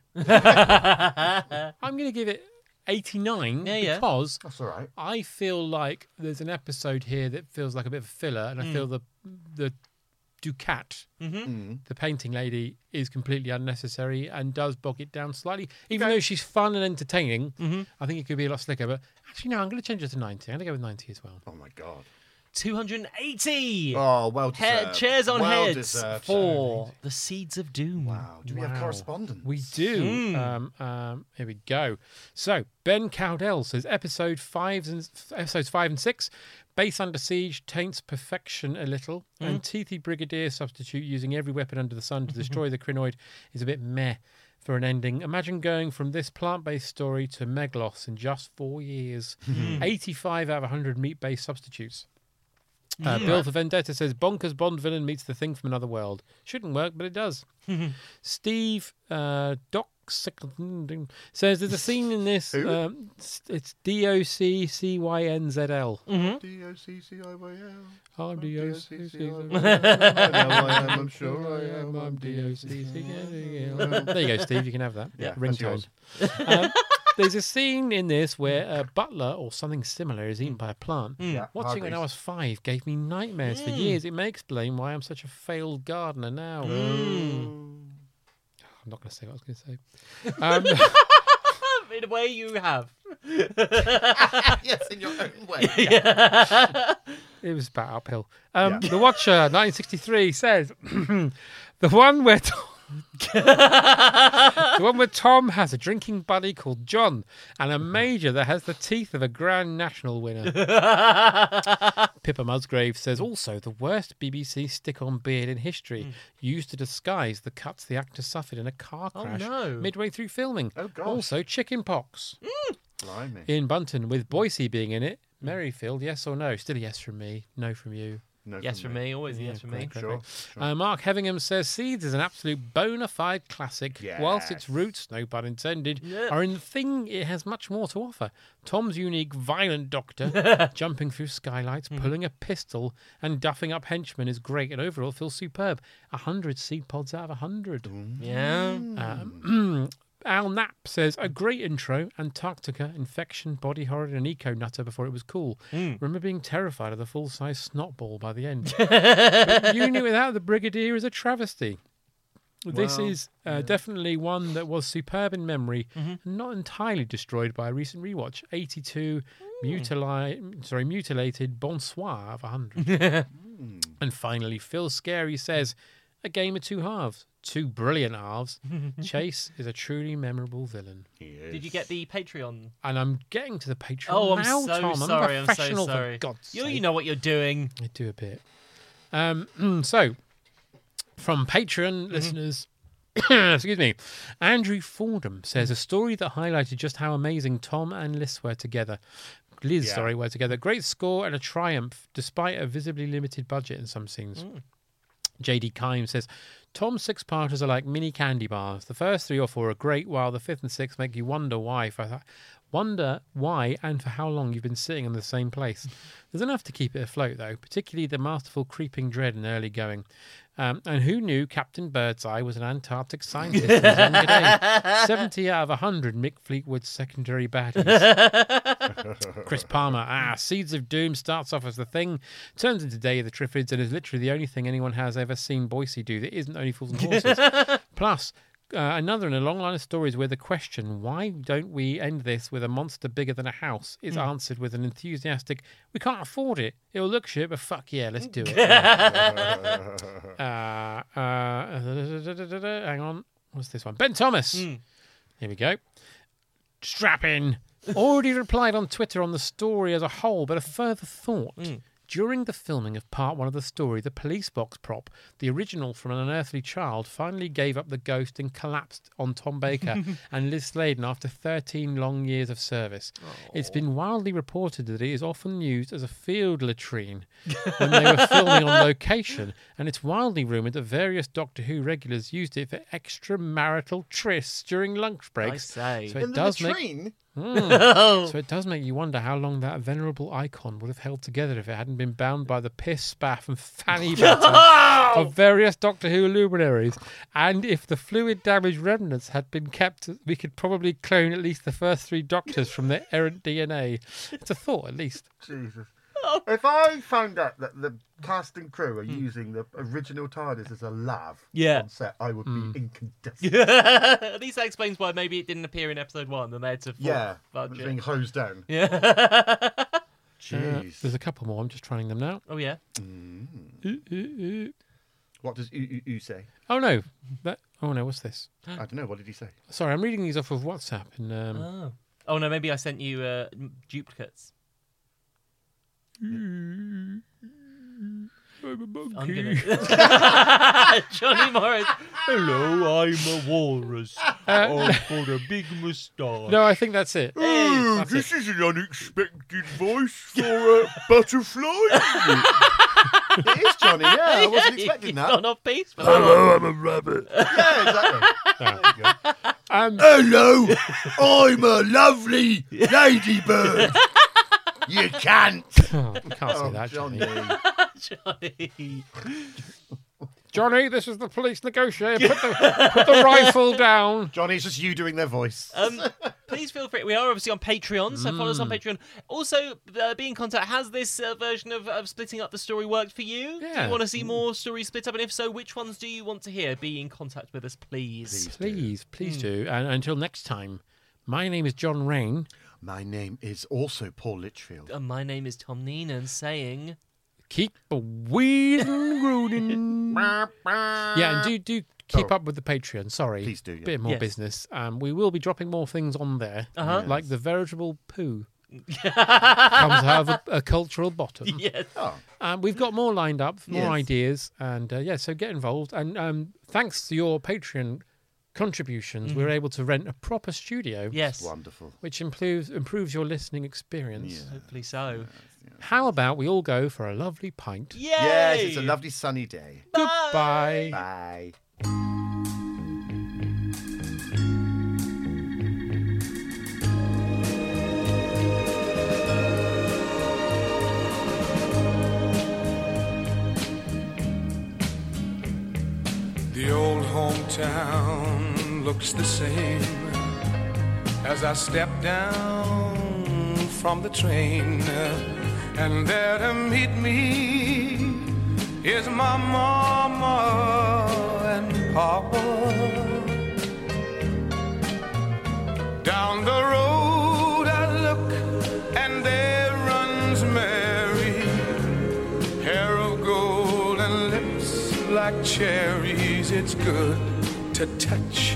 Speaker 2: I'm going to give it 89
Speaker 4: yeah.
Speaker 2: because
Speaker 3: That's all right.
Speaker 2: I feel like there's an episode here that feels like a bit of a filler, and I
Speaker 4: Mm.
Speaker 2: feel the the Ducat, the painting lady, is completely unnecessary and does bog it down slightly. Even though she's fun and entertaining, I think it could be a lot slicker. But actually, no, I'm going to change it to 90. I'm going to go with 90 as well.
Speaker 3: Oh my god.
Speaker 4: 280.
Speaker 3: Oh, well
Speaker 4: Head,
Speaker 3: deserved.
Speaker 4: chairs on
Speaker 3: Well
Speaker 4: heads
Speaker 3: deserved.
Speaker 4: for the seeds of doom.
Speaker 6: Oh,
Speaker 3: Wow. Do we have correspondence?
Speaker 2: We do.
Speaker 4: Mm.
Speaker 2: Um, um, here we go. So Ben Cowdell says episode five and episodes five and six, base under siege taints perfection a little, and Teethy Brigadier substitute using every weapon under the sun to destroy the crinoid is a bit meh for an ending. Imagine going from this plant-based story to Meglos in just four years. Eighty-five out of hundred meat-based substitutes. Uh,
Speaker 6: Mm.
Speaker 2: Bill for Vendetta says bonkers Bond villain meets the thing from another world. Shouldn't work, but it does. Steve uh, Doc Sickleton says there's a scene in this. Um, s- it's D O C C Y N Z L.
Speaker 3: Mm. D-O-C-C-I-Y-L.
Speaker 2: I'm
Speaker 3: D-O-C-C-I-Y-L. I'm sure I am. I'm
Speaker 2: Well,
Speaker 3: D-O-C-C-I-Y-L.
Speaker 2: there you go, Steve. You can have that.
Speaker 3: Yeah, that's
Speaker 2: ringtone.
Speaker 3: yours. Mm.
Speaker 2: um, there's a scene in this where a butler or something similar is eaten by a plant.
Speaker 3: Yeah,
Speaker 2: Watching when I was
Speaker 3: Hargreaves.
Speaker 2: five gave me nightmares for
Speaker 3: Mm.
Speaker 2: years. It may explain why I'm such a failed gardener now.
Speaker 3: Mm.
Speaker 2: Oh. I'm not going to say what I was going to say. Um,
Speaker 4: In a way, you have.
Speaker 3: yes, in your own way.
Speaker 2: It was about uphill. Um, The Watcher, 1963, says the one where Tom, the one where Tom has a drinking buddy called John and a major that has the teeth of a Grand National winner. Pippa Musgrave says also the worst BBC stick-on beard in history, used to disguise the cuts the actor suffered in a car
Speaker 4: Oh,
Speaker 2: crash
Speaker 4: no.
Speaker 2: midway through filming.
Speaker 3: Oh, gosh.
Speaker 2: Also chicken pox.
Speaker 3: Blimey.
Speaker 2: Ian Bunton with Boise being in it. Merrifield, yes or no? Still a yes from me, no from you.
Speaker 3: No
Speaker 4: Yes from me, always a yes from me.
Speaker 2: great, great, great. Uh, Mark Hevingham says Seeds is an absolute bona fide classic, whilst its roots, no pun intended,
Speaker 4: Yeah.
Speaker 2: are in the thing it has much more to offer. Tom's unique violent doctor jumping through skylights, pulling a pistol, and duffing up henchmen is great and overall feels superb. A hundred seed pods out of a hundred.
Speaker 4: Yeah.
Speaker 2: Um, Al Knapp says a great intro. Antarctica, infection, body horror, and eco nutter before it was cool. Remember being terrified of the full size snot ball by the end. but Uni without the Brigadier is a travesty. This
Speaker 6: Well,
Speaker 2: is uh, definitely one that was superb in memory,
Speaker 4: Mm-hmm.
Speaker 2: and not entirely destroyed by a recent rewatch. 82, mutili- sorry, mutilated, bonsoir of 100. and finally, Phil Scary says, a game of two halves, two brilliant halves. Chase is a truly memorable villain.
Speaker 4: Did you get the Patreon?
Speaker 2: And I'm getting to the Patreon
Speaker 4: Oh, I'm
Speaker 2: now,
Speaker 4: so
Speaker 2: Tom. I'm
Speaker 4: sorry.
Speaker 2: a
Speaker 4: I'm
Speaker 2: professional,
Speaker 4: so sorry.
Speaker 2: for God's
Speaker 4: you,
Speaker 2: sake.
Speaker 4: you know what you're doing.
Speaker 2: I do a bit. Um, so, from Patreon listeners, excuse me, Andrew Fordham says a story that highlighted just how amazing Tom and Liz were together. Liz,
Speaker 6: Yeah.
Speaker 2: sorry, were together. Great score and a triumph, despite a visibly limited budget in some scenes. JD Kime says, Tom's six parters are like mini candy bars. The first three or four are great, while the fifth and sixth make you wonder why for wonder why and for how long you've been sitting in the same place. There's enough to keep it afloat though, particularly the masterful creeping dread in early going. Um, and who knew Captain Birdseye was an Antarctic scientist in his younger days? 70 out of 100 Mick Fleetwood's secondary baddies. Chris Palmer, ah, Seeds of Doom starts off as the thing, turns into Day of the Triffids, and is literally the only thing anyone has ever seen Boise do that isn't only Fools and Horses. Plus, uh, another in a long line of stories where the question, why don't we end this with a monster bigger than a house, is answered with an enthusiastic, we can't afford it. It'll look shit, but fuck yeah, let's do it. Uh, uh, hang on. What's this one? Ben Thomas. Here we go. Strap in. already replied on Twitter on the story as a whole, but a further thought. During the filming of part one of the story, the police box prop, the original from an unearthly child, finally gave up the ghost and collapsed on Tom Baker and Liz Sladen after 13 long years of service. It's been wildly reported that it is often used as a field latrine when they were filming on location, and it's wildly rumoured that various Doctor Who regulars used it for extramarital trysts during lunch breaks.
Speaker 4: say.
Speaker 2: So it
Speaker 3: In the
Speaker 2: does
Speaker 3: latrine?
Speaker 2: make. Mm. so it does make you wonder how long that venerable icon would have held together if it hadn't been bound by the piss, spaff, and fanny batter of various Doctor Who luminaries. And if the fluid damage remnants had been kept, we could probably clone at least the first three Doctors from their errant DNA. It's a thought, at least.
Speaker 6: Jesus. If I found out that the cast and crew are using the original TARDIS as a lav
Speaker 4: Yeah.
Speaker 6: on set, I would be incandescent.
Speaker 4: At least that explains why maybe it didn't appear in episode one and they had to. fork
Speaker 6: yeah, it was
Speaker 4: budget.
Speaker 6: being hosed down.
Speaker 4: Yeah.
Speaker 2: Uh,
Speaker 6: Jeez.
Speaker 2: there's a couple more. I'm just trying them now.
Speaker 4: oh, yeah.
Speaker 6: What does ooh, ooh, ooh say?
Speaker 2: Oh no! That, oh no! What's this?
Speaker 6: I don't know. What did he say?
Speaker 2: Sorry, I'm reading these off of WhatsApp. And um,
Speaker 4: Oh. Oh, no, maybe I sent you uh, m- duplicates. I'm gonna. Johnny Morris. Hello, I'm a walrus.
Speaker 2: Uh,
Speaker 4: for a big moustache.
Speaker 2: no, I think that's it.
Speaker 6: Oh,
Speaker 2: That's
Speaker 6: this is an unexpected voice for a butterfly.
Speaker 3: uh, It is Johnny, yeah. I wasn't expecting that.
Speaker 4: Not off piece. but-
Speaker 6: Hello, I'm a rabbit.
Speaker 3: Yeah, exactly.
Speaker 2: Um,
Speaker 6: Hello, I'm a lovely ladybird. you can't.
Speaker 2: oh, I can't say that, Johnny.
Speaker 6: Johnny.
Speaker 2: Johnny.
Speaker 4: Johnny.
Speaker 2: this is the police negotiator. Put the, put the rifle down.
Speaker 3: Johnny, it's just you doing their voice.
Speaker 4: Um, please feel free. We are obviously on Patreon, so follow us
Speaker 3: Hmm.
Speaker 4: on Patreon. Also, uh, be in contact. Has this uh, version of, of splitting up the story worked for you? Do
Speaker 2: Yeah.
Speaker 4: you want to see more stories split up? And if so, which ones do you want to hear? Be in contact with us, please.
Speaker 2: Please, please do. And until next time, my name is John Rain.
Speaker 3: My name is also Paul Litchfield.
Speaker 4: And Uh, my name is Tom Neenan saying.
Speaker 2: Keep a wheezing grooding. yeah, and do do keep up with the Patreon. Sorry,
Speaker 3: Please do, yeah.
Speaker 2: Bit more
Speaker 4: Yes.
Speaker 2: business. Um, we will be dropping more things on there,
Speaker 4: Uh-huh. Yes.
Speaker 2: like the veritable poo comes out of a, a cultural bottom.
Speaker 4: Yes.
Speaker 2: Um, we've got more lined up, more
Speaker 3: Yes.
Speaker 2: ideas, and uh, yeah, so get involved. And um, thanks to your Patreon contributions, we we're able to rent a proper studio,
Speaker 4: Yes.
Speaker 3: Wonderful.
Speaker 2: which improves improves your listening experience.
Speaker 4: Hopefully so.
Speaker 2: How about we all go for a lovely pint?
Speaker 4: Yay!
Speaker 3: Yes, it's a lovely sunny day.
Speaker 2: Goodbye.
Speaker 3: Bye.
Speaker 7: The old hometown looks the same as I step down from the train. And there to meet me is my mama and papa. Down the road I look, and there runs Mary. Hair of gold and lips like cherries, it's good to touch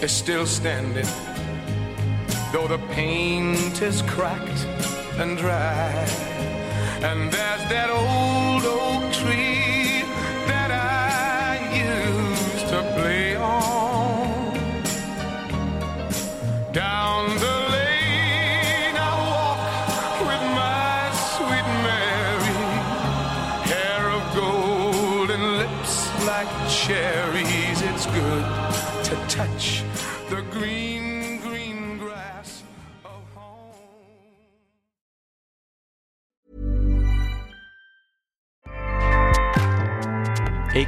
Speaker 7: is still standing, though the paint is cracked and dry. And there's that old oak tree that I used to play on. Down the lane I walk with my sweet Mary. Hair of gold and lips like cherries. It's good to touch the green, green grass of home.